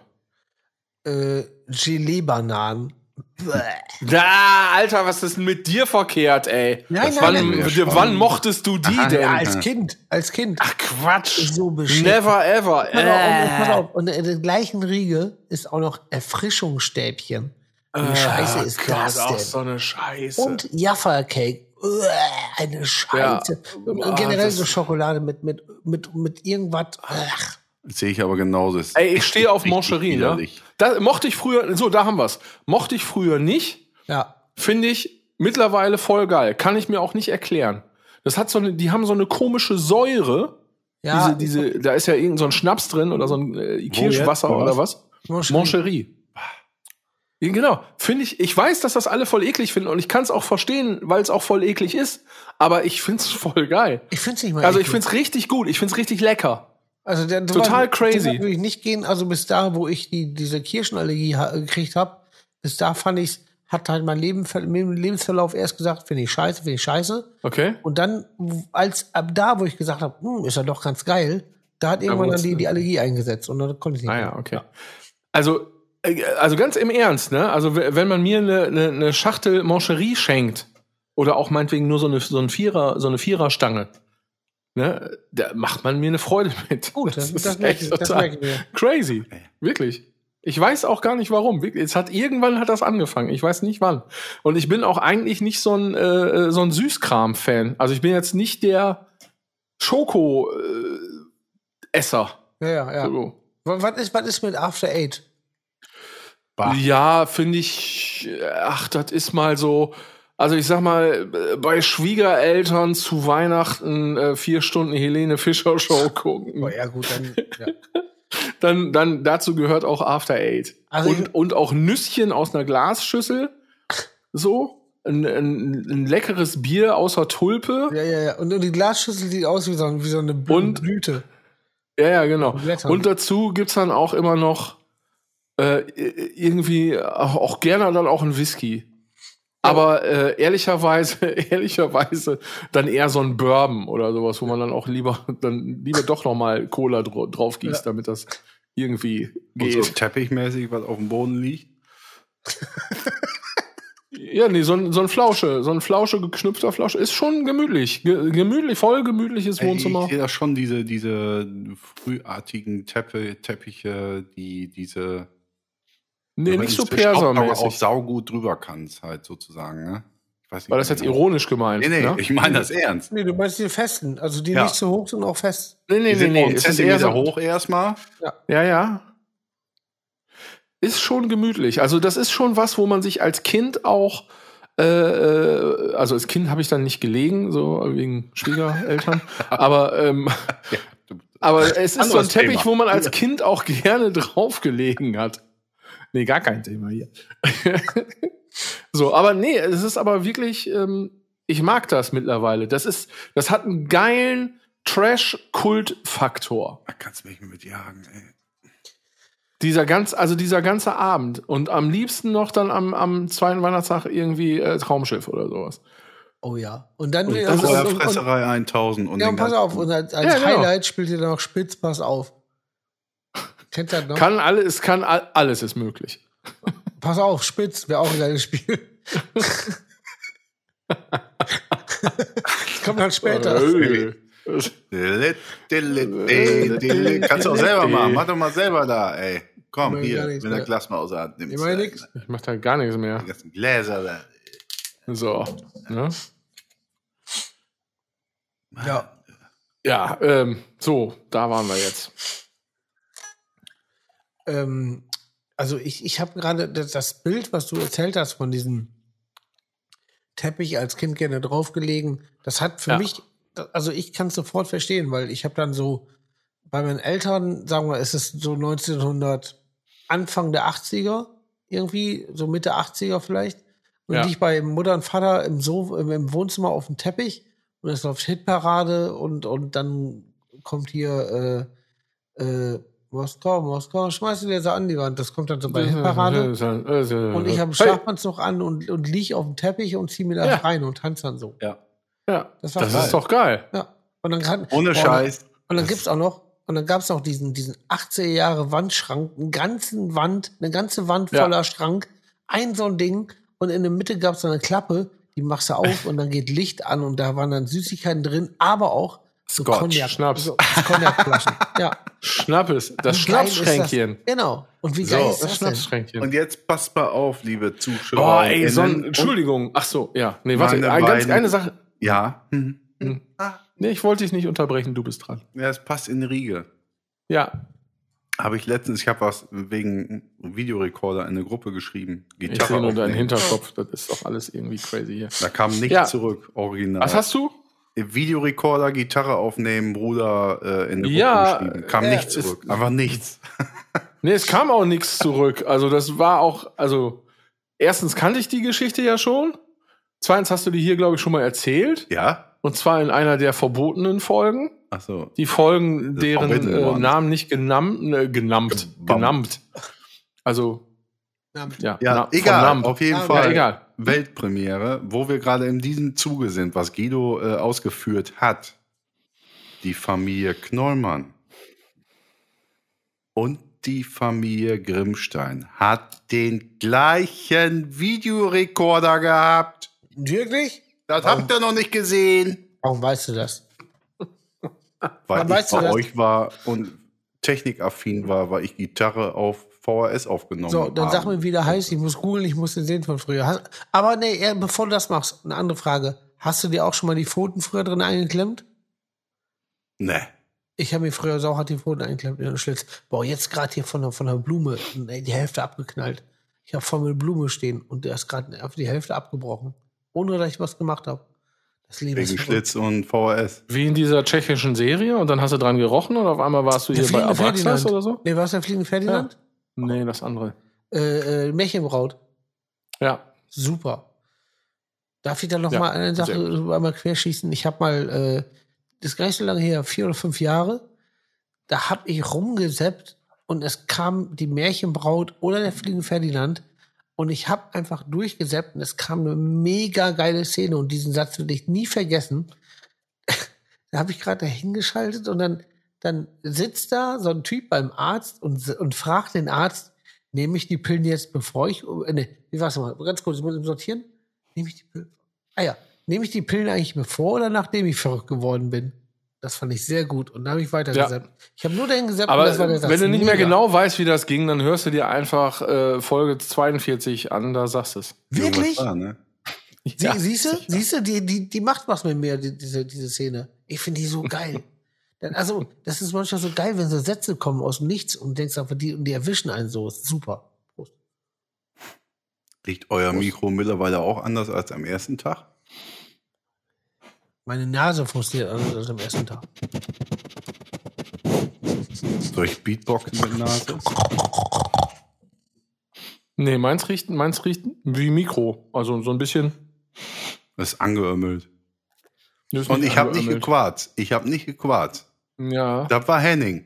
B: Äh, Gelee-Bananen.
C: Hm.
B: Bäh.
C: Da, Alter, was ist denn mit dir verkehrt, ey?
B: Nein,
C: wann,
B: nein,
A: nein.
C: w- wann mochtest du die
B: Ja,
C: denn?
B: als Kind, als Kind.
C: Ach, Quatsch.
B: So beschissen.
C: Never ever.
B: Pass auf,
C: Äh.
B: oh, pass auf. Und in der gleichen Riege ist auch noch Erfrischungsstäbchen. Wie scheiße
C: Ah,
B: ist
C: Gott,
B: das
C: Auch
B: denn?
C: so eine Scheiße.
B: Und Jaffa Cake. Uah, Eine Scheiße.
C: Ja.
B: Und
C: Ah,
B: generell
C: das-
B: so Schokolade mit, mit, mit, mit irgendwas. Ach,
A: Sehe ich aber genauso. Ist
C: Ey, ich stehe auf
A: richtig
C: Moncherie, ne?
A: widerlich.
C: Da mochte ich früher, so, da haben wir's. Mochte ich früher nicht,
B: ja.
C: finde ich mittlerweile voll geil. Kann ich mir auch nicht erklären. Das hat so eine, die haben so eine komische Säure.
B: Ja,
C: diese, diese, da ist ja irgend so ein Schnaps drin oder so ein äh, Kirschwasser
A: jetzt?
C: oder was?
B: Moncherie.
C: Moncherie. Ja, genau, finde ich, ich weiß, dass das alle voll eklig finden und ich kann es auch verstehen, weil es auch voll eklig ist, aber ich find's voll geil.
B: ich finde es nicht mal.
C: Also ich
B: eklig.
C: find's richtig gut, ich find's richtig lecker.
B: Also der,
C: Total crazy.
B: Würde ich nicht gehen. Also bis da, wo ich die, diese Kirschenallergie ha gekriegt habe, bis da fand ich, hat halt mein Leben, mein Lebensverlauf erst gesagt, finde ich scheiße, finde ich scheiße.
C: Okay.
B: Und dann, als ab da, wo ich gesagt habe, hm, ist ja doch ganz geil, da hat irgendwann dann
C: wurd's-
B: die, die Allergie eingesetzt und dann konnte ich nicht.
C: Ah
B: mehr.
C: ja, okay. Also, äh, also ganz im Ernst, ne? Also w- wenn man mir eine, eine, eine Schachtel Mancherie schenkt oder auch meinetwegen nur so eine, so ein Vierer, so eine Viererstange, ne? Da macht man mir eine Freude mit.
B: Gut, das, das, merke, ich, das merke ich mir.
C: crazy, wirklich. Ich weiß auch gar nicht warum. Wirklich, Es hat irgendwann hat das angefangen. Ich weiß nicht wann. Und ich bin auch eigentlich nicht so ein äh, so ein Süßkram-Fan. Also ich bin jetzt nicht der Schoko-Esser.
B: Ja, ja, ja.
C: So.
B: Was was ist, was ist mit After Eight?
A: Bah.
C: Ja, finde ich, äh, ach, das ist mal so. Also ich sag mal, äh, bei Schwiegereltern zu Weihnachten äh, vier Stunden Helene Fischer Show
B: Oh,
C: gucken.
B: ja, gut, dann. Ja.
C: Dann, dann dazu gehört auch After Eight.
B: Also
C: und,
B: ich-
C: und auch Nüsschen aus einer Glasschüssel. So. Ein, ein, ein leckeres Bier außer Tulpe.
B: ja, ja, ja. Und, und die Glasschüssel sieht aus wie so, ein- wie so eine Blü-
C: Und-
B: Blüte.
C: Ja, ja, genau.
B: Blättern.
C: Und dazu gibt's dann auch immer noch äh, irgendwie auch, auch gerne dann auch ein Whisky. Aber äh, ehrlicherweise, ehrlicherweise dann eher so ein Bourbon oder sowas, wo man dann auch lieber dann lieber doch noch mal Cola dr drauf gießt, damit das irgendwie
A: Und so
C: geht.
A: teppichmäßig, was auf dem Boden liegt.
C: Ja, nee, so ein, so ein Flausche, so ein Flausche geknüpfter Flausche ist schon gemütlich, Ge gemütlich, voll gemütliches
A: Ey, ich
C: Wohnzimmer.
A: sehe da schon diese, diese frühartigen Teppe, Teppiche, die diese.
C: nee,
A: wenn
C: nicht so
A: du Staubsauger auch
C: persermäßig.
A: saugut drüber kannst, halt sozusagen, ne? Ich weiß nicht,
C: War das jetzt
A: genau.
C: ironisch gemeint?
A: Nee, nee,
C: ne?
A: ich meine das ernst.
B: Nee, du meinst die festen, also die
A: Ja.
B: nicht zu hoch sind, auch fest.
C: nee,
A: Die
C: nee, nee,
A: sind auch
C: nee.
A: einen
C: es ist eher
A: Zentimeter
C: so,
A: hoch erstmal.
C: Ja, ja. Ist schon gemütlich. Also, das ist schon was, wo man sich als Kind auch. Äh, äh, also, als Kind habe ich dann nicht gelegen, so wegen Schwiegereltern. aber ähm,
A: Ja, du-
C: aber es ist so ein
A: Anderes
C: Teppich,
A: Thema.
C: wo man als Kind auch gerne drauf gelegen hat. Nee, gar kein Thema hier. so, aber nee, es ist aber wirklich, ähm, ich mag das mittlerweile. Das ist, das hat einen geilen Trash-Kult-Faktor.
A: Da kannst du mich mitjagen, ey.
C: Dieser ganz, also dieser ganze Abend und am liebsten noch dann am, am zweiten Weihnachtstag irgendwie äh, Traumschiff oder sowas.
B: Oh ja. um Und dann
A: Und
B: wieder.
A: das
C: das
A: ist
C: ist-
A: Fresserei 1000. Und
B: ja,
A: den
B: und pass
A: ganzen-
B: auf, und als, als
C: Ja, genau.
B: Highlight spielt ihr dann noch Spitzpass auf. Kennt ihr das noch?
C: Kann alles, es kann all- alles ist möglich.
B: Pass auf, Spitz, wäre auch ein geiles Spiel. das kommt dann später.
C: Äh,
A: Dille, dille, dille, dille. Kannst du auch selber machen. Mach doch mal selber da, ey. Komm,
B: Ich mach
A: hier,
B: gar nichts
A: wenn der
B: mehr.
A: Glas mal außer Hand nimmst.
B: Ich meine nix.
C: Ich mach da gar nichts mehr.
A: Die ganzen Gläser da.
C: So. Ne?
B: Ja.
C: Ja, ähm, so, da waren wir jetzt.
B: Ähm, also ich, ich habe gerade das, das Bild, was du erzählt hast von diesem Teppich als Kind gerne draufgelegen, das hat für
C: Ja.
B: mich, da- also ich kann es sofort verstehen, weil ich habe dann so bei meinen Eltern, sagen wir, es ist so 1900, Anfang der 80er, irgendwie, so Mitte 80er vielleicht, und
C: Ja.
B: lieg bei Mutter und Vater im, so im, im Wohnzimmer auf dem Teppich und es läuft Hitparade und, und dann kommt hier äh, äh, Moskau, Moskau, schmeiß den jetzt an die Wand. Das kommt dann so bei Hitparade.
C: Äh,
B: Und
C: Und
B: ich habe Schlafmanns noch an und, und lieg auf dem Teppich und zieh mir das
C: Ja.
B: rein und tanze dann so.
C: Hey, ja,
B: Das war
C: das
B: geil.
C: ist doch geil.
B: Ja. Und dann kann,
A: Ohne
B: boah,
A: Scheiß.
B: Und dann gibt's auch noch, und dann gab's noch diesen, diesen 80er Jahre Wandschrank, einen ganzen Wand, eine ganze Wand
C: Ja.
B: voller Schrank, ein so ein Ding, und in der Mitte gab's so eine Klappe, die machst du auf und dann geht Licht an und da waren dann Süßigkeiten drin, aber auch so
A: Scotch,
B: Cognac,
C: Schnaps.
B: so Cognacflaschen. ja.
C: Schnappes, das
B: Wie geil ist
C: Schnapsschränkchen.
B: das? Genau. Und wie geil
A: So,
B: ist
C: Das
B: das denn?
C: Schnapsschränkchen.
A: Und jetzt passt mal auf, liebe Zuschauer.
C: Boah, Oh, ey, so ein,
A: Innen.
C: Entschuldigung. Ach so, ja. Nee, warte,
A: Meine
C: ein- ganz,
A: beiden-
C: eine Sache.
A: Ja. Hm.
C: Hm.
A: Ah,
C: Nee, ich wollte dich nicht unterbrechen, du bist dran.
A: ja, es passt in Riege.
C: Ja,
A: Habe ich letztens, ich habe was wegen Videorekorder in eine Gruppe geschrieben.
C: ich sehe nur deinen
A: aufnehmen.
C: Hinterkopf. Das ist doch alles irgendwie crazy hier.
A: Da kam nichts
C: Ja.
A: zurück, original.
C: Was hast du?
A: Videorekorder, Gitarre aufnehmen, Bruder äh, in eine
C: Ja,
A: Gruppe geschrieben. Kam
C: äh,
A: nichts
C: ist-
A: zurück. Einfach nichts.
C: Nee, es kam auch nichts zurück. Also, das war auch, also, erstens kannte ich die Geschichte ja schon. Zweitens hast du die hier, glaube ich, schon mal erzählt.
A: Ja?
C: Und zwar in einer der verbotenen Folgen.
A: Ach so.
C: Die Folgen,
A: The
C: deren
A: Forbidden
C: äh,
A: Ones.
C: Namen nicht genannt, äh, genannt,
A: Gebammt.
C: genannt. Also,
B: Ja.
C: ja.
A: Ja,
C: na-
A: egal.
C: vernannt.
A: Auf jeden
B: Ja,
A: Fall.
C: Ja, egal.
A: Weltpremiere, wo wir gerade in diesem Zuge sind, was Guido äh, ausgeführt hat. Die Familie Knollmann und die Familie Grimmstein hat den gleichen Videorekorder gehabt.
B: Wirklich?
A: Das habt ihr noch nicht gesehen.
B: Warum weißt du das?
A: Weil
B: Wann
A: ich
B: weißt du
A: bei
B: das?
A: euch war und technikaffin war, weil ich Gitarre auf VHS aufgenommen habe.
B: So, dann sag mir, wie der heißt. Ich muss googeln, ich muss den sehen von früher. Hast, aber nee, eher, bevor du das machst, eine andere Frage. Hast du dir auch schon mal die Pfoten früher drin eingeklemmt?
A: Ne.
B: Ich habe mir früher sauer die Pfoten eingeklemmt in den Schlitz. Boah, jetzt gerade hier von der, von der Blume ey, die Hälfte abgeknallt. Ich habe vor mir eine Blume stehen und der ist gerade auf die Hälfte abgebrochen. Ohne, dass ich was gemacht habe. Das Leben
A: Wegen
B: ist
A: Schlitz und VHS.
C: Wie in dieser tschechischen Serie und dann hast du dran gerochen und auf einmal warst du
B: Der
C: hier bei
B: fliegende
C: Abraxas
B: Ferdinand.
C: oder so?
B: Nee, was der fliegende Ferdinand?
C: Nee, das andere.
B: Äh, äh, Märchenbraut.
C: Ja.
B: Super. Darf ich da noch
C: Ja,
B: mal eine Sache
C: sehr gut.
B: so einmal querschießen? Ich habe mal, äh, das ist gar nicht so lange her, vier oder fünf Jahre, da habe ich rumgesäppt und es kam die Märchenbraut oder der Fliegen Ferdinand und ich habe einfach durchgesäppt und es kam eine mega geile Szene und diesen Satz will ich nie vergessen. da habe ich gerade hingeschaltet und dann, dann sitzt da so ein Typ beim Arzt und, und fragt den Arzt, nehme ich die Pillen jetzt, bevor ich, äh, nee, wie war's nochmal, ganz kurz, ich muss eben sortieren, nehme ich die Pillen, ah ja, nehme ich die Pillen eigentlich bevor oder nachdem ich verrückt geworden bin? Das fand ich sehr gut und da habe ich weitergesappt. Ich habe nur den gesagt,
C: Aber wenn du nicht mehr genau weißt, wie das ging, dann hörst du dir einfach äh, Folge 42 an, da sagst du es.
B: Wirklich?
A: Irgendwas War, ne?
B: Sie,
C: Ja,
B: siehst du,
C: sicher.
B: siehst du, die, die, die macht was mit mir, die, diese, diese Szene. Ich finde die so geil. Dann, also, das ist manchmal so geil, wenn so Sätze kommen aus dem Nichts und denkst einfach, die, und die erwischen einen so. Ist super.
A: Liegt euer Mikro mittlerweile auch anders als am ersten Tag?
B: Meine Nase frustriert also das am ersten Tag.
A: Soll ich Beatboxen mit Nase?
C: Nee, meins riecht, meins riecht wie Mikro. Also so ein bisschen.
A: Das ist angeömmelt.
C: das ist
A: Und ich habe nicht
C: angeömmelt.
A: gequarzt. Ich habe nicht gequarzt.
C: Ja.
A: Das war Henning.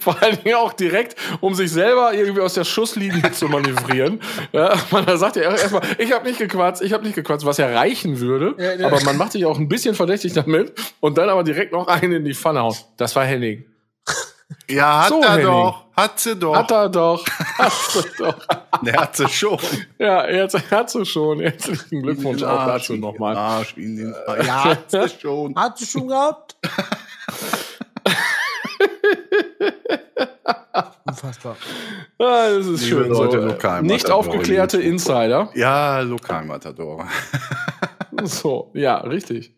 C: Vor allen Dingen auch direkt, um sich selber irgendwie aus der Schusslinie zu manövrieren. Ja, man da sagt ja erstmal, ich habe nicht gequatscht, ich habe nicht gequatscht, was ja reichen würde.
B: Ja, ja.
C: Aber man macht sich auch ein bisschen verdächtig damit und dann aber direkt noch einen in die Pfanne hauen. Das war Henning.
A: Ja, hat
C: So,
A: er
C: Henning.
A: doch. Hat sie doch.
C: Hat er doch. Hat er doch.
A: Ne, hat sie schon.
C: Ja, jetzt hat sie schon. Herzlichen Glückwunsch auch dazu
A: in den
C: nochmal.
A: Arsch in den Fall. Ja, hat sie schon.
B: Hat sie schon gehabt? Unfassbar.
C: Ah, das ist
A: Liebe
C: schön.
A: Leute,
C: so.
A: Lokal-
C: Nicht aufgeklärte Insider.
A: Ja, Lokalmatador.
C: So, ja, richtig.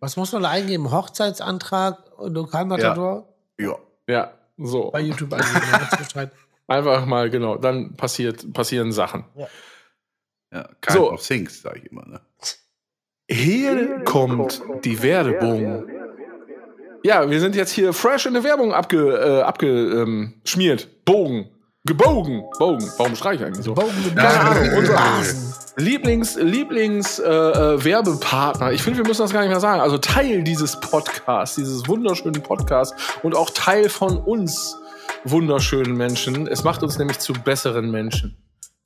B: Was muss man da eingeben? Hochzeitsantrag, Lokalmatador?
A: Ja.
C: Ja, so.
B: Bei YouTube eingeben. dann wird's Bescheid.
C: Einfach mal, genau, dann passiert, passieren Sachen.
A: ja kind
C: So.
A: of things, sag ich immer. Ne?
C: Hier kommt die Werbung. Ja, wir sind jetzt hier fresh in der Werbung abge, äh, abgeschmiert. Ähm, schmiert. Bogen. Gebogen. Bogen. Warum schrei ich eigentlich so?
B: Bogen-
C: Keine
A: Nein,
C: Ahnung.
A: nein,
C: Unser
A: nein.
C: Lieblings, Lieblings äh, äh, Werbepartner. Ich finde, wir müssen das gar nicht mehr sagen. Also Teil dieses Podcasts, dieses wunderschönen Podcasts und auch Teil von uns wunderschönen Menschen. Es macht uns nämlich zu besseren Menschen.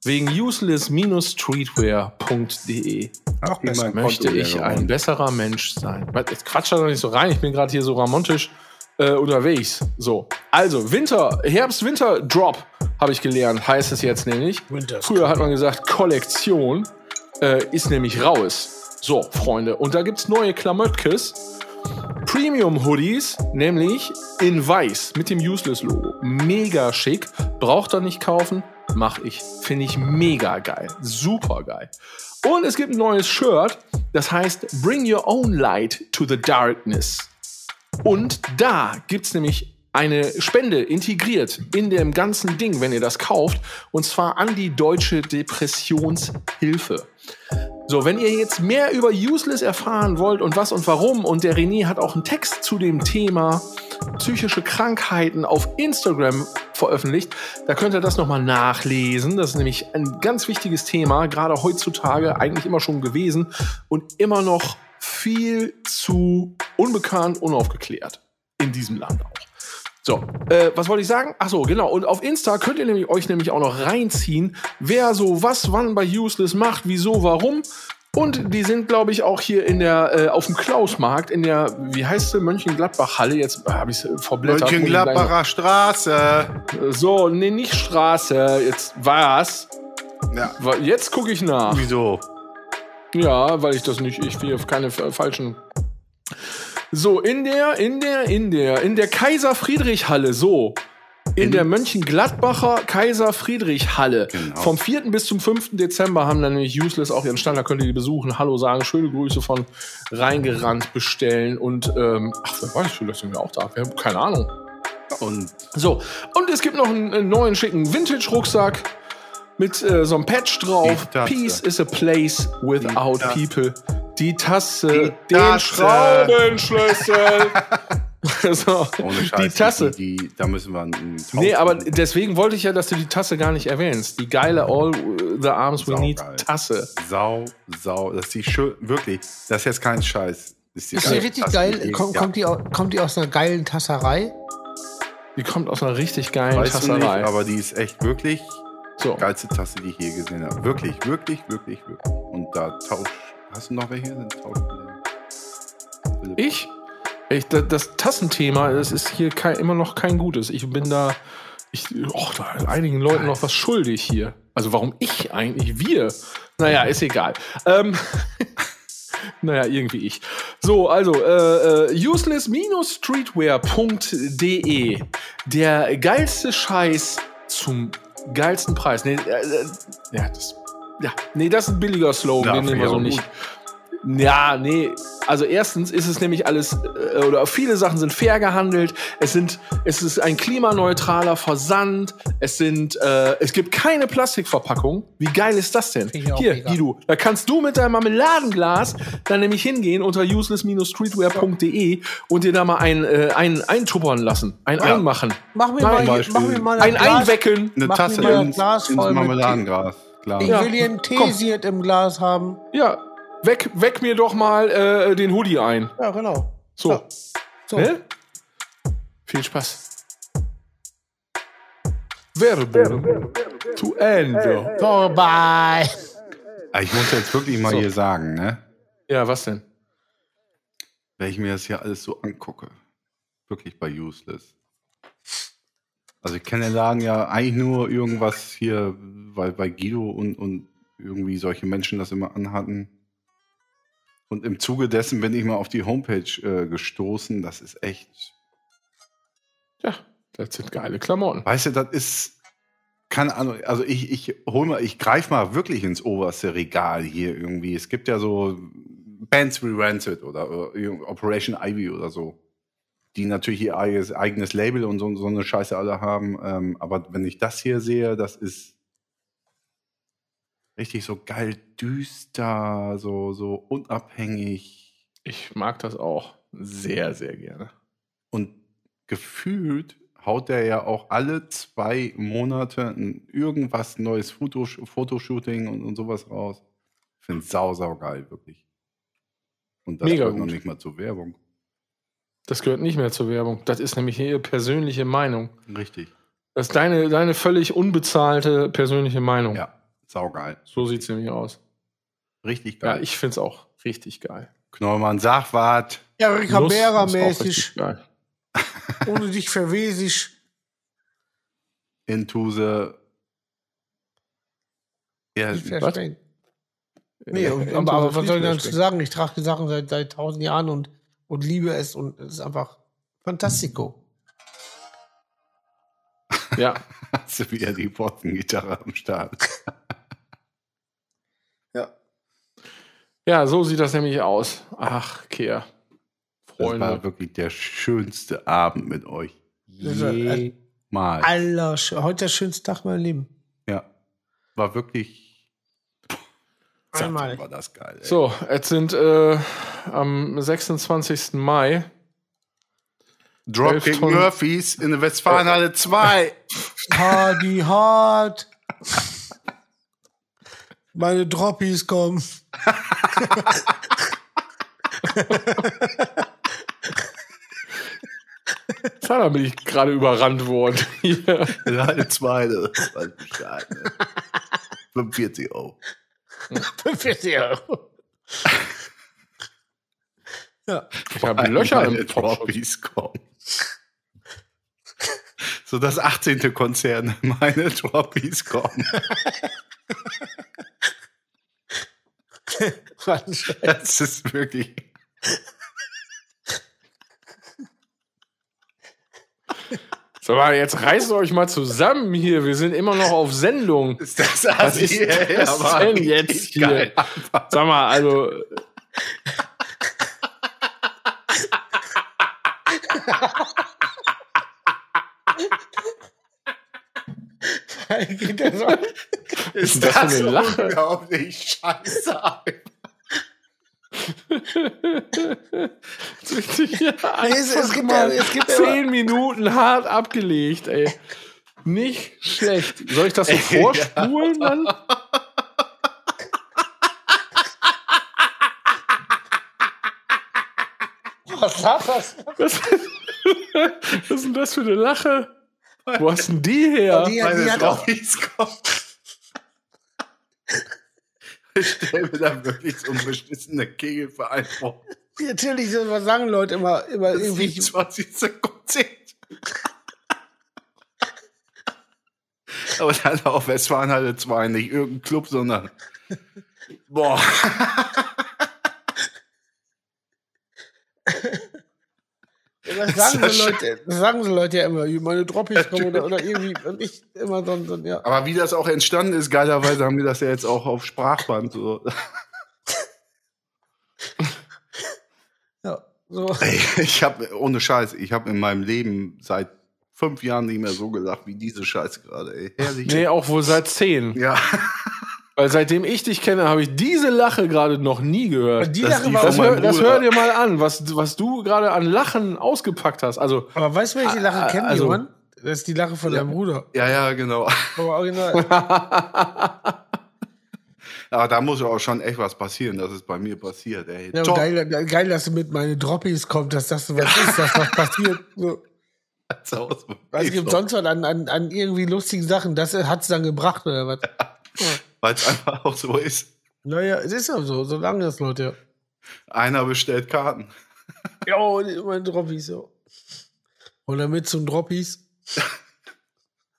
C: Wegen useless-streetwear.de
B: Noch
A: Immer
B: besser.
A: ein
C: möchte
A: Konto
C: ich
A: leer
C: ein
A: geräumt.
C: besserer Mensch sein. Was, Jetzt quatsch da doch nicht so rein, ich bin gerade hier so romantisch äh, unterwegs. So, also Winter, Herbst-Winter-Drop habe ich gelernt, heißt es jetzt nämlich.
B: Winters.
C: Früher hat man gesagt, Kollektion äh, ist nämlich raus. So, Freunde, und da gibt's neue Klamöttkes. Premium-Hoodies, nämlich in weiß mit dem Useless-Logo. Mega schick. Braucht ihr nicht kaufen, mach ich. Finde ich mega geil. Super geil. Und es gibt ein neues Shirt, das heißt Bring Your Own Light to the Darkness. Und da gibt's nämlich eine Spende integriert in dem ganzen Ding, wenn ihr das kauft, und zwar an die Deutsche Depressionshilfe. So, wenn ihr jetzt mehr über Useless erfahren wollt und was und warum, und der René hat auch einen Text zu dem Thema psychische Krankheiten auf Instagram veröffentlicht, da könnt ihr das nochmal nachlesen. Das ist nämlich ein ganz wichtiges Thema, gerade heutzutage eigentlich immer schon gewesen und immer noch viel zu unbekannt, unaufgeklärt in diesem Land auch. So, äh, was wollte ich sagen? Ach so, genau. Und auf Insta könnt ihr nämlich euch nämlich auch noch reinziehen, wer so was wann bei Useless macht, wieso, warum. Und die sind, glaube ich, auch hier in der äh, auf dem Klausmarkt in der wie heißt sie Mönchengladbach Halle. Jetzt äh, habe ich es verblättert. muss ich gleich noch-
A: Mönchengladbacher Straße.
C: Äh, So, nee, nicht Straße. Jetzt was?
A: Ja.
C: Wa- Jetzt gucke ich nach.
A: Wieso?
C: Ja, weil ich das nicht, ich will auf keine äh, falschen. So, in der, in der, in der, in der Kaiser-Friedrich-Halle, so. In,
A: In-
C: der Mönchengladbacher Kaiser-Friedrich-Halle.
A: Genau.
C: Vom 4. bis zum 5. Dezember haben dann nämlich Useless auch ihren Stand, da könnt ihr die besuchen, Hallo sagen, schöne Grüße von reingerannt bestellen und, ähm, ach, wer weiß, vielleicht sind wir auch da, wir haben keine Ahnung.
A: Und
C: So, und es gibt noch einen, äh, neuen schicken Vintage-Rucksack mit äh, so einem Patch drauf.
A: Die Tasse.
C: Peace is a place without
A: Die Tasse.
C: people. Die Tasse,
A: Die
C: den
A: Tasse.
C: Schraubenschlüssel. so,
A: ohne Scheiß.
C: die Tasse.
A: Die, die, da müssen wir einen- einen Tausch
C: Nee, aber
A: machen.
C: deswegen wollte ich ja, dass du die Tasse gar nicht erwähnst. Die geile All the Arms We Need
A: Saugeil.
C: Tasse.
A: Sau, sau. Das ist die schön, wirklich. Das ist jetzt kein Scheiß. Das
B: Ist die richtig geil? Kommt, kommt, die, au- kommt die aus einer geilen Tasserei?
C: Die kommt aus einer richtig
A: ja,
C: geilen
A: weißt du nicht,
C: Tasserei.
A: aber die ist echt wirklich
C: so.
A: geilste Tasse, die ich je gesehen habe. Wirklich, wirklich, wirklich, wirklich. Und da tausch. Hast du noch welche? Dann tauschen wir.
C: Ich? ich das, das Tassenthema, das ist hier kein, immer noch kein gutes. Ich bin da, ich, och, da ist einigen Leuten noch was schuldig hier. Also warum ich eigentlich? Wir? Naja, ist egal. Ähm, naja, irgendwie ich. So, also äh, äh, useless-streetwear.de. Der geilste Scheiß zum geilsten Preis. Nee, äh, äh, ja, das, ja, nee, das ist ein billiger Slogan,
A: Ja,
C: den nehmen wir
A: finde ich
C: so nicht.
A: auch
C: Ja, nee. Also erstens ist es nämlich alles äh, oder viele Sachen sind fair gehandelt. Es sind es ist ein klimaneutraler Versand. Es sind äh, es gibt keine Plastikverpackung. Wie geil ist das denn?
B: Finde ich auch
C: Hier,
B: mega.
C: Guido, da kannst du mit deinem Marmeladenglas dann nämlich hingehen unter useless-streetwear.de und dir da mal ein äh, ein eintuppern lassen, ein
A: Ja.
C: einmachen,
B: Mach mir,
C: Nein,
B: mal,
A: Beispiel.
B: mach mir mal
C: ein
B: Glas.
C: einwecken.
A: Eine
B: Mach
A: Tasse
B: mir mal ein
A: ins,
B: Glas
A: ins
B: voll mit
A: Marmeladengras. Klar.
B: Ich
C: Ja.
B: will hier einen
C: Komm.
B: Teesiert im Glas haben.
C: Ja, weg weg mir doch mal äh, den Hoodie ein.
B: Ja, genau.
C: So.
B: Ja. So.
C: Ne? Viel Spaß. Werbung zu Ende.
B: Vorbei.
A: Ah, Ich muss jetzt wirklich mal
C: So.
A: hier sagen, ne?
C: Ja, was denn?
A: Wenn ich mir das hier alles so angucke, wirklich bei Useless. Also ich kenne den Laden ja eigentlich nur irgendwas hier, weil bei Guido und, und irgendwie solche Menschen das immer anhatten. Und im Zuge dessen bin ich mal auf die Homepage äh, gestoßen. Das ist echt
C: Ja, das sind geile Klamotten.
A: Weißt du, das ist. Keine Ahnung, also ich, ich hol mal, ich greife mal wirklich ins oberste Regal hier irgendwie. Es gibt ja so Bands wie Rancid oder, oder Operation Ivy oder so, die natürlich ihr eigenes, eigenes Label und so, so eine Scheiße alle haben. Ähm, aber wenn ich das hier sehe, das ist richtig so geil düster, so, so unabhängig.
C: Ich mag das auch sehr, sehr gerne.
A: Und gefühlt haut der ja auch alle zwei Monate ein irgendwas neues Fotosh Fotoshooting und, und sowas raus. Ich finde sau, sau geil, wirklich. Und das
C: Mega
A: gehört noch
C: gut.
A: nicht mal zur Werbung.
C: Das gehört nicht mehr zur Werbung. Das ist nämlich ihre persönliche Meinung.
A: Richtig.
C: Das ist deine, deine völlig unbezahlte persönliche Meinung.
A: Ja, saugeil.
C: So sieht es nämlich aus.
A: Richtig
C: Ja,
A: geil.
C: ich finde es auch richtig geil.
A: Knollmann Sachwart.
B: Erika
C: Nuss ist auch
B: Bera-mäßig,
C: richtig geil.
B: ohne dich verwesig.
A: Intuse. Ja,
B: Nicht
C: was?
B: verstehen. Nee,
A: Äh,
C: Ja,
B: und,
C: ja,
B: aber, aber
C: so
B: was soll ich
C: viel
B: dazu
C: schlecht.
B: sagen? Ich trage die Sachen seit, seit tausend Jahren und, und liebe es und es ist einfach fantastico.
C: Ja,
A: hast du wieder die Portengitarre am Start.
C: ja, so sieht das nämlich aus. Ach, Kehr.
A: Das war
C: Freunde.
A: wirklich der schönste Abend mit euch.
B: Das war-
A: Jemals.
B: Aller, heute der schönste Tag meinem Leben.
A: Ja. War wirklich.
B: Einmal.
A: War das geil. Ey.
C: So, jetzt sind äh, am 26. Mai
A: Dropkick
C: 11 Tonnen-
A: Murphys in der Westfalenhalle 2.
B: Hardy hard. Meine Droppies kommen.
C: Tada, bin ich gerade überrannt worden. Hier.
A: In der Halle 2. ne? Weiß Bescheid, ne? 45 Euro.
B: 45 Euro. ja.
C: Ich habe Löcher
A: Meine
C: im Popschutz.
A: Droppies kommen. So das 18. Konzern, meine Droppies kommen.
B: Was ein Scheiß.
A: Das ist wirklich.
C: So, mal, jetzt reißt euch mal zusammen hier. Wir sind immer noch auf Sendung.
A: Ist das Was
C: ist das denn jetzt hier? Sag mal, also.
B: Geht der so?
A: Ist
C: das
A: das,
C: für eine Lache?
A: unglaublich scheiße? Alter.
C: ja,
B: es- es gibt ja- es gibt ja-
C: zehn Minuten hart abgelegt, ey. Nicht schlecht. Soll ich das so
A: Ey,
C: vorspulen dann?
B: Was hat das?
C: Was, was ist denn das für eine Lache? Wo hast denn die her?
B: Die,
A: meine
B: die hat auch
A: Droppies kommen. Ich stelle mir da wirklich so einen beschissenen Kegelverein vor.
B: natürlich, so was sagen Leute immer, immer
A: Das
B: irgendwie.
A: 27. Konzert. Aber dann auch Westfalenhalle 2, nicht irgendein Club, sondern. Boah.
B: Das sagen,
A: Das ist
B: so
A: ja
B: Leute, das sagen so Leute ja immer, meine Droppies kommen oder, oder irgendwie. Und ich immer so, ein- so ein- ja.
A: Aber wie das auch entstanden ist, geilerweise haben wir das ja jetzt auch auf Sprachband so.
B: ja so.
A: Ey, Ich habe, ohne Scheiß, ich habe in meinem Leben seit fünf Jahren nicht mehr so gelacht wie diese Scheiße gerade. ey. Herrlich.
C: Nee, auch wohl seit zehn.
A: Ja,
C: Weil seitdem ich dich kenne, habe ich diese Lache gerade noch nie gehört.
B: Und die
A: das
B: Sache
A: lief
B: war
A: von
C: Das
A: meinem
C: hör, das
A: Bruder.
C: hör dir mal an, was, was du gerade an Lachen ausgepackt hast. Also,
B: Aber weißt du, welche Lache
C: Ah,
B: kennt
C: also-
B: Johann? Das ist die Lache von deinem Bruder.
A: ja, ja, genau.
B: Aber original.
A: Aber da muss ja auch schon echt was passieren, dass es bei mir passiert. Ey.
B: Ja,
A: Top.
B: geil, geil, dass du mit meine Droppies kommst, dass das so was ist, dass was passiert. So.
A: als Hausbeweis.
B: Was gibt sonst was an, an, an irgendwie lustigen Sachen? Das hat es dann gebracht, oder was?
A: Weil es einfach auch so ist.
B: Naja, es ist ja so, solange das Leute.
A: Einer bestellt Karten.
B: Ja, Oh, und immer ein Droppies, so. Oder mit zum Droppies.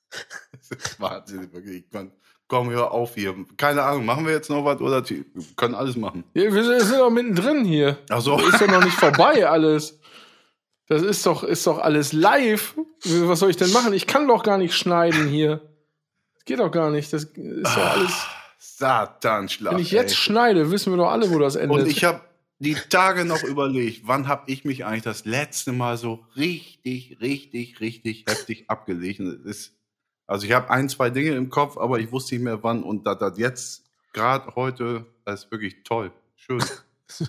A: Das ist Wahnsinn, wirklich. Ich kann, komm, hör auf hier. Keine Ahnung, machen wir jetzt noch was oder die- wir können alles machen.
C: Ja, wir sind- sind doch mittendrin hier.
A: Ach so.
C: Ist doch noch nicht vorbei alles. Das ist doch, ist doch alles live. Was soll ich denn machen? Ich kann doch gar nicht schneiden hier. Das geht doch gar nicht. Das ist doch alles.
A: Satanschlag.
C: Wenn ich jetzt schneide, wissen wir doch alle, wo das
A: ey.
C: endet.
A: Und ich habe die Tage noch überlegt, wann habe ich mich eigentlich das letzte Mal so richtig, richtig, richtig heftig abgelegt. Und es Ist, also ich habe ein, zwei Dinge im Kopf, aber ich wusste nicht mehr wann. Und da das jetzt, gerade heute, das ist wirklich toll. Schön.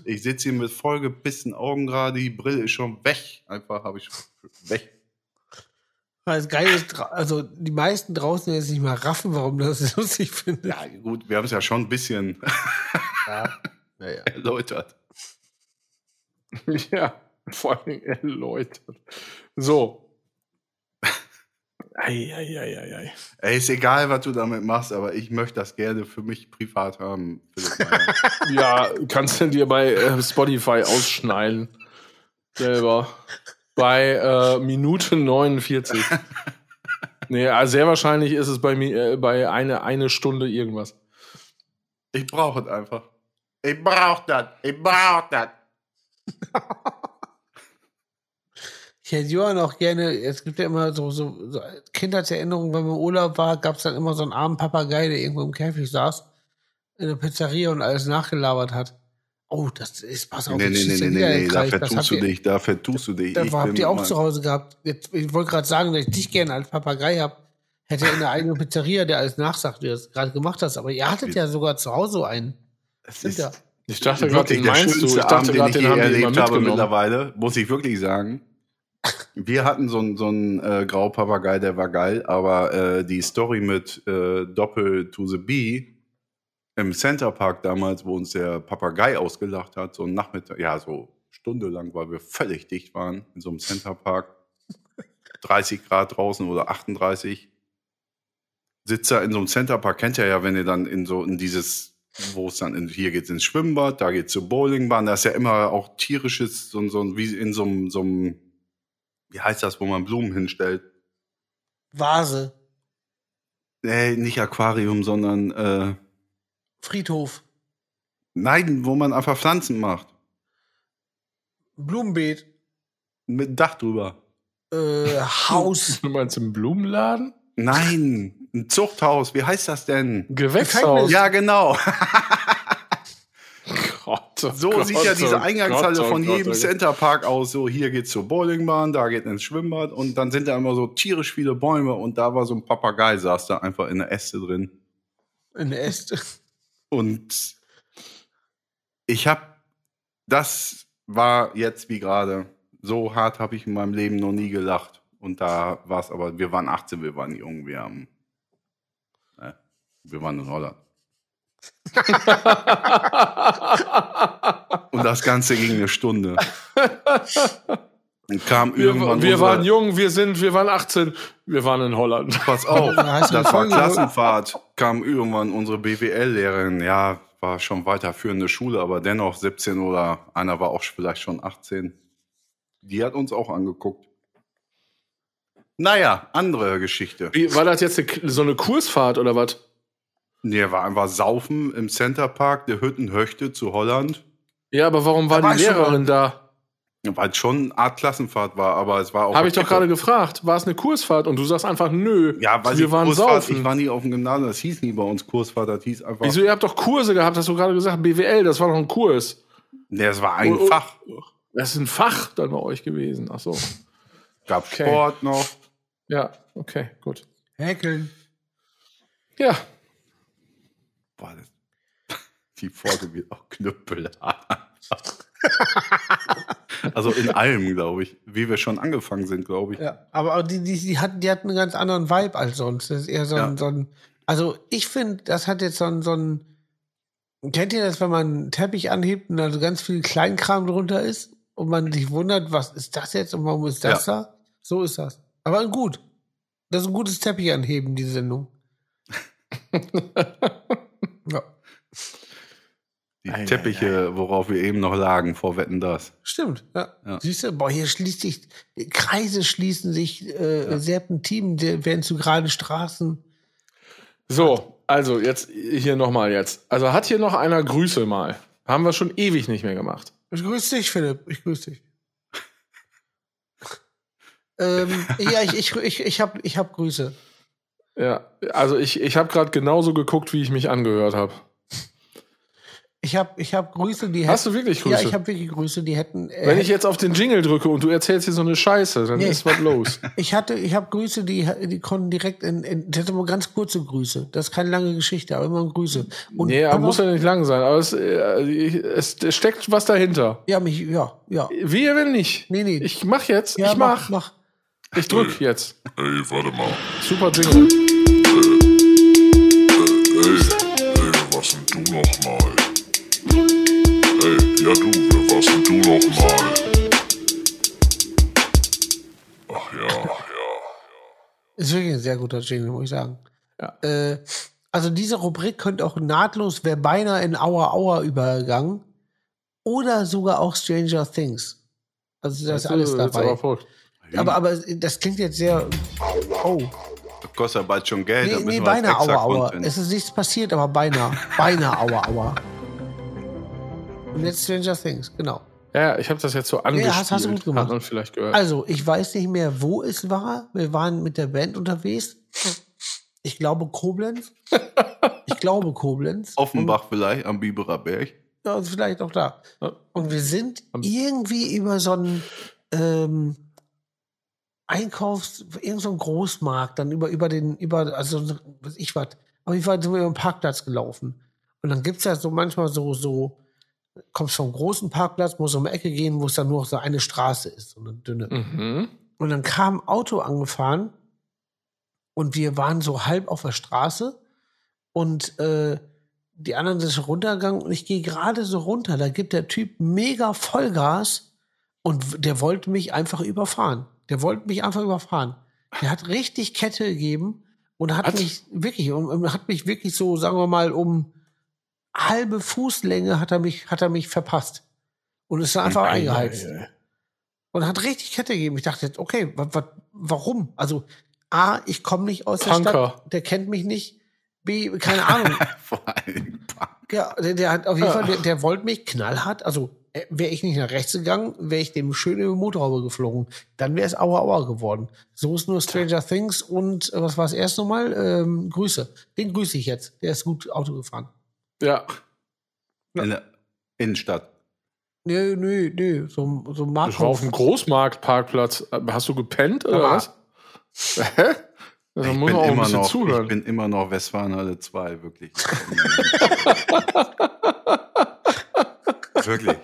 A: Ich sitze hier mit vollgebissen Augen gerade, die Brille ist schon weg. Einfach habe ich schon weg.
B: Weil das Geile ist, dra- also die meisten draußen jetzt nicht mal raffen, warum du das lustig findest.
A: Ja, gut, wir haben es ja schon ein bisschen
B: Ja. Naja.
A: erläutert.
C: Ja, vor allem erläutert. So. Eieieiei.
A: Ey, ist egal, was du damit machst, aber ich möchte das gerne für mich privat haben. Philipp Meyer.
C: Ja, kannst du dir bei äh, Spotify ausschneiden. Selber. Bei äh, Minute 49. Nee, also sehr wahrscheinlich ist es bei mir äh, bei eine, eine Stunde irgendwas.
A: ich brauche es einfach. Ich brauche das. Ich brauche das.
B: Ich hätte Johann auch gerne, es gibt ja immer so, so, so Kindheitserinnerungen, wenn man im Urlaub war, gab es dann immer so einen armen Papagei, der irgendwo im Käfig saß, in der Pizzeria und alles nachgelabert hat. Oh, das ist, pass auf,
A: Nee, nee,
B: jetzt
A: nee,
B: schießt
A: nee,
B: er
A: nee,
B: wieder in
A: nee,
B: den Kreis.
A: dafür
B: Das
A: tust
B: habt
A: du
B: ihr-
A: dich, dafür tust du dich.
B: Da
A: Ich
B: habt
A: bin
B: ihr auch
A: mal-
B: zu Hause gehabt. Jetzt, ich wollte gerade sagen, dass ich dich gerne als Papagei hab, hätte in der eigenen Pizzeria, der alles nachsagt, wie du das gerade gemacht hast. Aber ihr hattet ja sogar zu Hause einen.
A: Es
B: Stimmt
A: ist
B: ja.
C: Ich dachte gerade,
A: wirklich
C: den
A: der
C: meinst du.
A: schönste
C: Ich
A: Abend,
C: dachte
A: den
C: gerade,
A: ich
C: den
A: je
C: haben die mal
A: erlebt habe
C: mitgenommen.
A: mittlerweile, muss ich wirklich sagen. Wir hatten so einen so einen, äh, Graupapagei, der war geil, aber äh, die Story mit äh, Doppel to the Bee im Center Park damals, wo uns der Papagei ausgelacht hat, so einen Nachmittag, ja, so Stunde lang, weil wir völlig dicht waren in so einem Center Park. 30 Grad draußen oder 38. Sitzt da in so einem Center Park, kennt ihr ja, wenn ihr dann in so in dieses, wo es dann in, hier geht's ins Schwimmbad, da geht's zur Bowlingbahn, da ist ja immer auch tierisches, so, ein- so ein- wie in so einem, so einem, wie heißt das, wo man Blumen hinstellt?
B: Vase,
A: Nee, nicht Aquarium, sondern, äh,
B: Friedhof,
A: nein, wo man einfach Pflanzen macht.
B: Blumenbeet,
A: Mit Dach drüber.
B: äh, Haus.
C: Du meinst im Blumenladen?
A: Nein, ein Zuchthaus, wie heißt das denn?
C: Gewächshaus.
A: Ja, genau.
C: Gott, oh
A: So
C: Gott,
A: sieht ja diese
C: oh
A: Eingangshalle
C: Gott, oh
A: von
C: Gott,
A: jedem
C: oh Gott.
A: Center Park aus. So, hier geht's zur Bowlingbahn, da geht ins Schwimmbad und dann sind da immer so tierisch viele Bäume und da war so ein Papagei, saß da einfach in der Äste drin.
B: In Est.
A: Und ich habe, das war jetzt wie gerade. So hart habe ich in meinem Leben noch nie gelacht. Und da war es aber, wir waren 18, wir waren jung, wir haben, äh, wir waren in Holland. Und das Ganze ging eine Stunde. Und kam irgendwann.
C: Wir, wir
A: unsere-
C: waren jung, wir sind, wir waren 18, wir waren in Holland.
A: Pass auf,
B: Da hast du
A: das
B: die
A: war
B: Folge-
A: Klassenfahrt. Kam irgendwann unsere BWL-Lehrerin. Ja, war schon weiterführende Schule, aber dennoch 17 oder einer war auch vielleicht schon 18. Die hat uns auch angeguckt. Naja, andere Geschichte.
C: Wie, war das jetzt eine, so eine Kursfahrt oder was?
A: Nee, war einfach saufen im Centerpark der Hüttenhöchte zu Holland.
C: Ja, aber warum war
B: Da war
C: die
B: ich schon
C: Lehrerin da?
A: Weil es schon eine Art Klassenfahrt war, aber es war auch.
C: Habe ich doch gerade gefragt. War es eine Kursfahrt? Und du sagst einfach nö.
A: Ja, weil
C: wir
A: sie
C: waren
A: Kursfahrt,
C: saufen.
A: Ich war nie auf dem Gymnasium, das hieß nie bei uns Kursfahrt, das hieß einfach.
C: Wieso, ihr habt doch Kurse gehabt, hast du gerade gesagt, BWL, das war doch ein Kurs.
A: Nee, es war ein
C: Oh, oh.
A: Fach.
C: Das ist ein Fach dann bei euch gewesen. Ach so.
A: Gab
C: Okay.
A: Sport noch.
C: Ja, okay, gut.
B: Häkeln.
C: Ja,
A: Boah, das, die Folge wird auch knüppelhart. also in allem, glaube ich. Wie wir schon angefangen sind, glaube ich.
B: Ja, aber aber die, die, die, hatten, die hatten einen ganz anderen Vibe als sonst. Das ist eher so ein.
A: Ja.
B: So ein also, ich finde, das hat jetzt so ein, so ein. Kennt ihr das, wenn man einen Teppich anhebt und da so ganz viel Kleinkram drunter ist und man sich wundert, was ist das jetzt und warum ist das da? So ist das. Aber gut. Das ist ein gutes Teppich anheben, die Sendung. ja,
A: Die
C: Ei, ei,
A: Teppiche, worauf wir eben noch lagen, vor Wetten das.
B: stimmt. Ja.
A: Ja.
B: Siehst du, boah, hier schließt sich, Kreise schließen sich, äh, Serpentinen die werden zu geraden Straßen.
C: So, also jetzt hier nochmal jetzt. Also hat hier noch einer Grüße mal. Haben wir schon ewig nicht mehr gemacht.
B: Ich grüße dich, Philipp. Ich grüße dich. ähm, ja, ich, ich, ich, ich habe ich hab Grüße.
C: Ja, also ich, ich habe gerade genauso geguckt, wie ich mich angehört habe.
B: Ich habe ich hab Grüße, die
C: Hast du wirklich Grüße?
B: Ja, ich habe wirklich Grüße, die hätten. Äh,
C: Wenn ich jetzt auf den Jingle drücke und du erzählst hier so eine Scheiße, dann
B: Nee.
C: ist was los.
B: Ich hatte, ich habe Grüße, die, die konnten direkt in, in. Ich hatte immer ganz kurze Grüße. Das ist keine lange Geschichte, aber immer Grüße. Und
C: Nee, aber
B: aber-
C: muss ja nicht lang sein, aber es, äh, ich- es es steckt was dahinter.
B: ja, mich, ja, ja.
C: Wir will nicht.
B: Nee, nee.
C: Ich mach jetzt,
B: ja,
C: ich mach.
B: mach.
C: Ich drück jetzt.
E: Hey, warte mal.
C: Super Jingle.
E: Hey, hey, was denn du nochmal? Hey, ja du, wer was denn du nochmal? Ach ja, ach ja.
B: Ist wirklich ein sehr guter Jingle, muss ich sagen.
C: Ja.
B: Äh, also diese Rubrik könnte auch nahtlos, wäre beinahe in Hour Hour übergegangen. Oder sogar auch Stranger Things. Also da ist alles
C: Jetzt
B: dabei.
C: Aber verrückt.
B: Aber, aber das klingt jetzt sehr. Oh.
A: Das kostet ja bald schon Geld. da
B: Nee,
A: müssen
B: nee
A: wir als
B: beinahe
A: extra
B: Aua, Aua.
A: Content-
B: Es ist nichts passiert, aber beinahe. beinahe Aua, Aua. Und jetzt Stranger Things, genau.
C: Ja, ich habe das jetzt so angespielt.
B: hast- hast du gut gemacht.
C: Hat man vielleicht gehört.
B: Also, ich weiß nicht mehr, wo es war. Wir waren mit der Band unterwegs. Ich glaube Koblenz. Ich glaube Koblenz.
A: Offenbach vielleicht am Biberer Berg.
B: Ja, vielleicht auch da.
C: Ja.
B: Und wir sind
C: Am-
B: irgendwie über so einen ähm, Einkaufs-, irgend so einen Großmarkt, dann über, über den, über, also so- was ich was. Auf jeden Fall sind wir über den Parkplatz gelaufen. Und dann gibt es ja so manchmal so, so, kommst vom großen Parkplatz, musst um die Ecke gehen, wo es dann nur noch so eine Straße ist, so eine dünne.
C: Mhm.
B: Und dann kam ein Auto angefahren und wir waren so halb auf der Straße und äh, die anderen sind schon runtergegangen und ich gehe gerade so runter. Da gibt der Typ mega Vollgas und w- der wollte mich einfach überfahren. Der wollte mich einfach überfahren. Der hat richtig Kette gegeben und hat
C: Was?
B: mich wirklich und, und hat mich wirklich so, sagen wir mal, um halbe Fußlänge hat er mich, hat er mich verpasst. Und ist dann einfach eingeheizt. Und hat richtig Kette gegeben. Ich dachte jetzt, okay, wa, wa, warum? Also, A, ich komme nicht aus der
C: Punker.
B: Stadt, der kennt mich nicht. B, keine Ahnung.
A: Vor allem.
B: ja, der, der hat auf jeden
C: Ah.
B: Fall, der, der wollte mich knallhart. Also, wäre ich nicht nach rechts gegangen, wäre ich dem schön über die Motorhaube geflogen. Dann wäre es Aua Aua geworden. So ist nur Stranger Things und äh, was war es erst nochmal? Ähm, Grüße. Den grüße ich jetzt. Der ist gut Auto gefahren.
C: Ja,
A: In der Innenstadt.
B: Nö, nö, nö. So, so
C: ich war auf
B: Markov.
C: dem Großmarktparkplatz. Hast du gepennt oder
B: Ja.
C: was? Hä? Da
A: ich,
C: muss
A: bin
C: man auch ein
A: immer
C: bisschen
A: noch, ich
C: zuhören.
A: bin immer noch Westfalenhalle 2, wirklich. wirklich.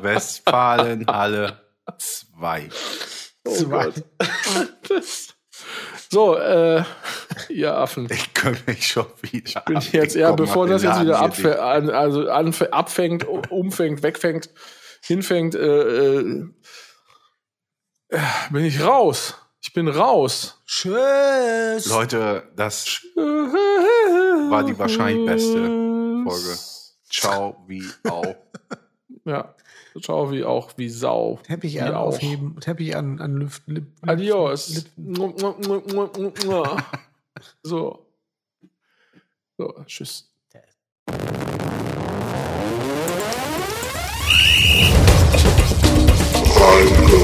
A: Westfalenhalle 2.
C: oh
B: Gott.
C: so, äh, ihr Affen.
A: Ich könnte mich schon wieder.
C: Bin ich jetzt, ja, bevor das jetzt wieder abfä an, also anf abfängt, u- umfängt, wegfängt, hinfängt, äh, äh, äh, bin ich raus. Ich bin raus.
B: Tschüss.
A: Leute, das
C: War
A: die wahrscheinlich beste Folge. Ciao wie auch.
C: Ja. Ciao wie auch, wie Sau.
B: Teppich
C: wie
B: an
C: auch.
B: aufheben, Teppich an, an Lüften. Lip, Lip-
C: Adios.
B: Lip-
C: So. So, tschüss.
E: Reingehört. E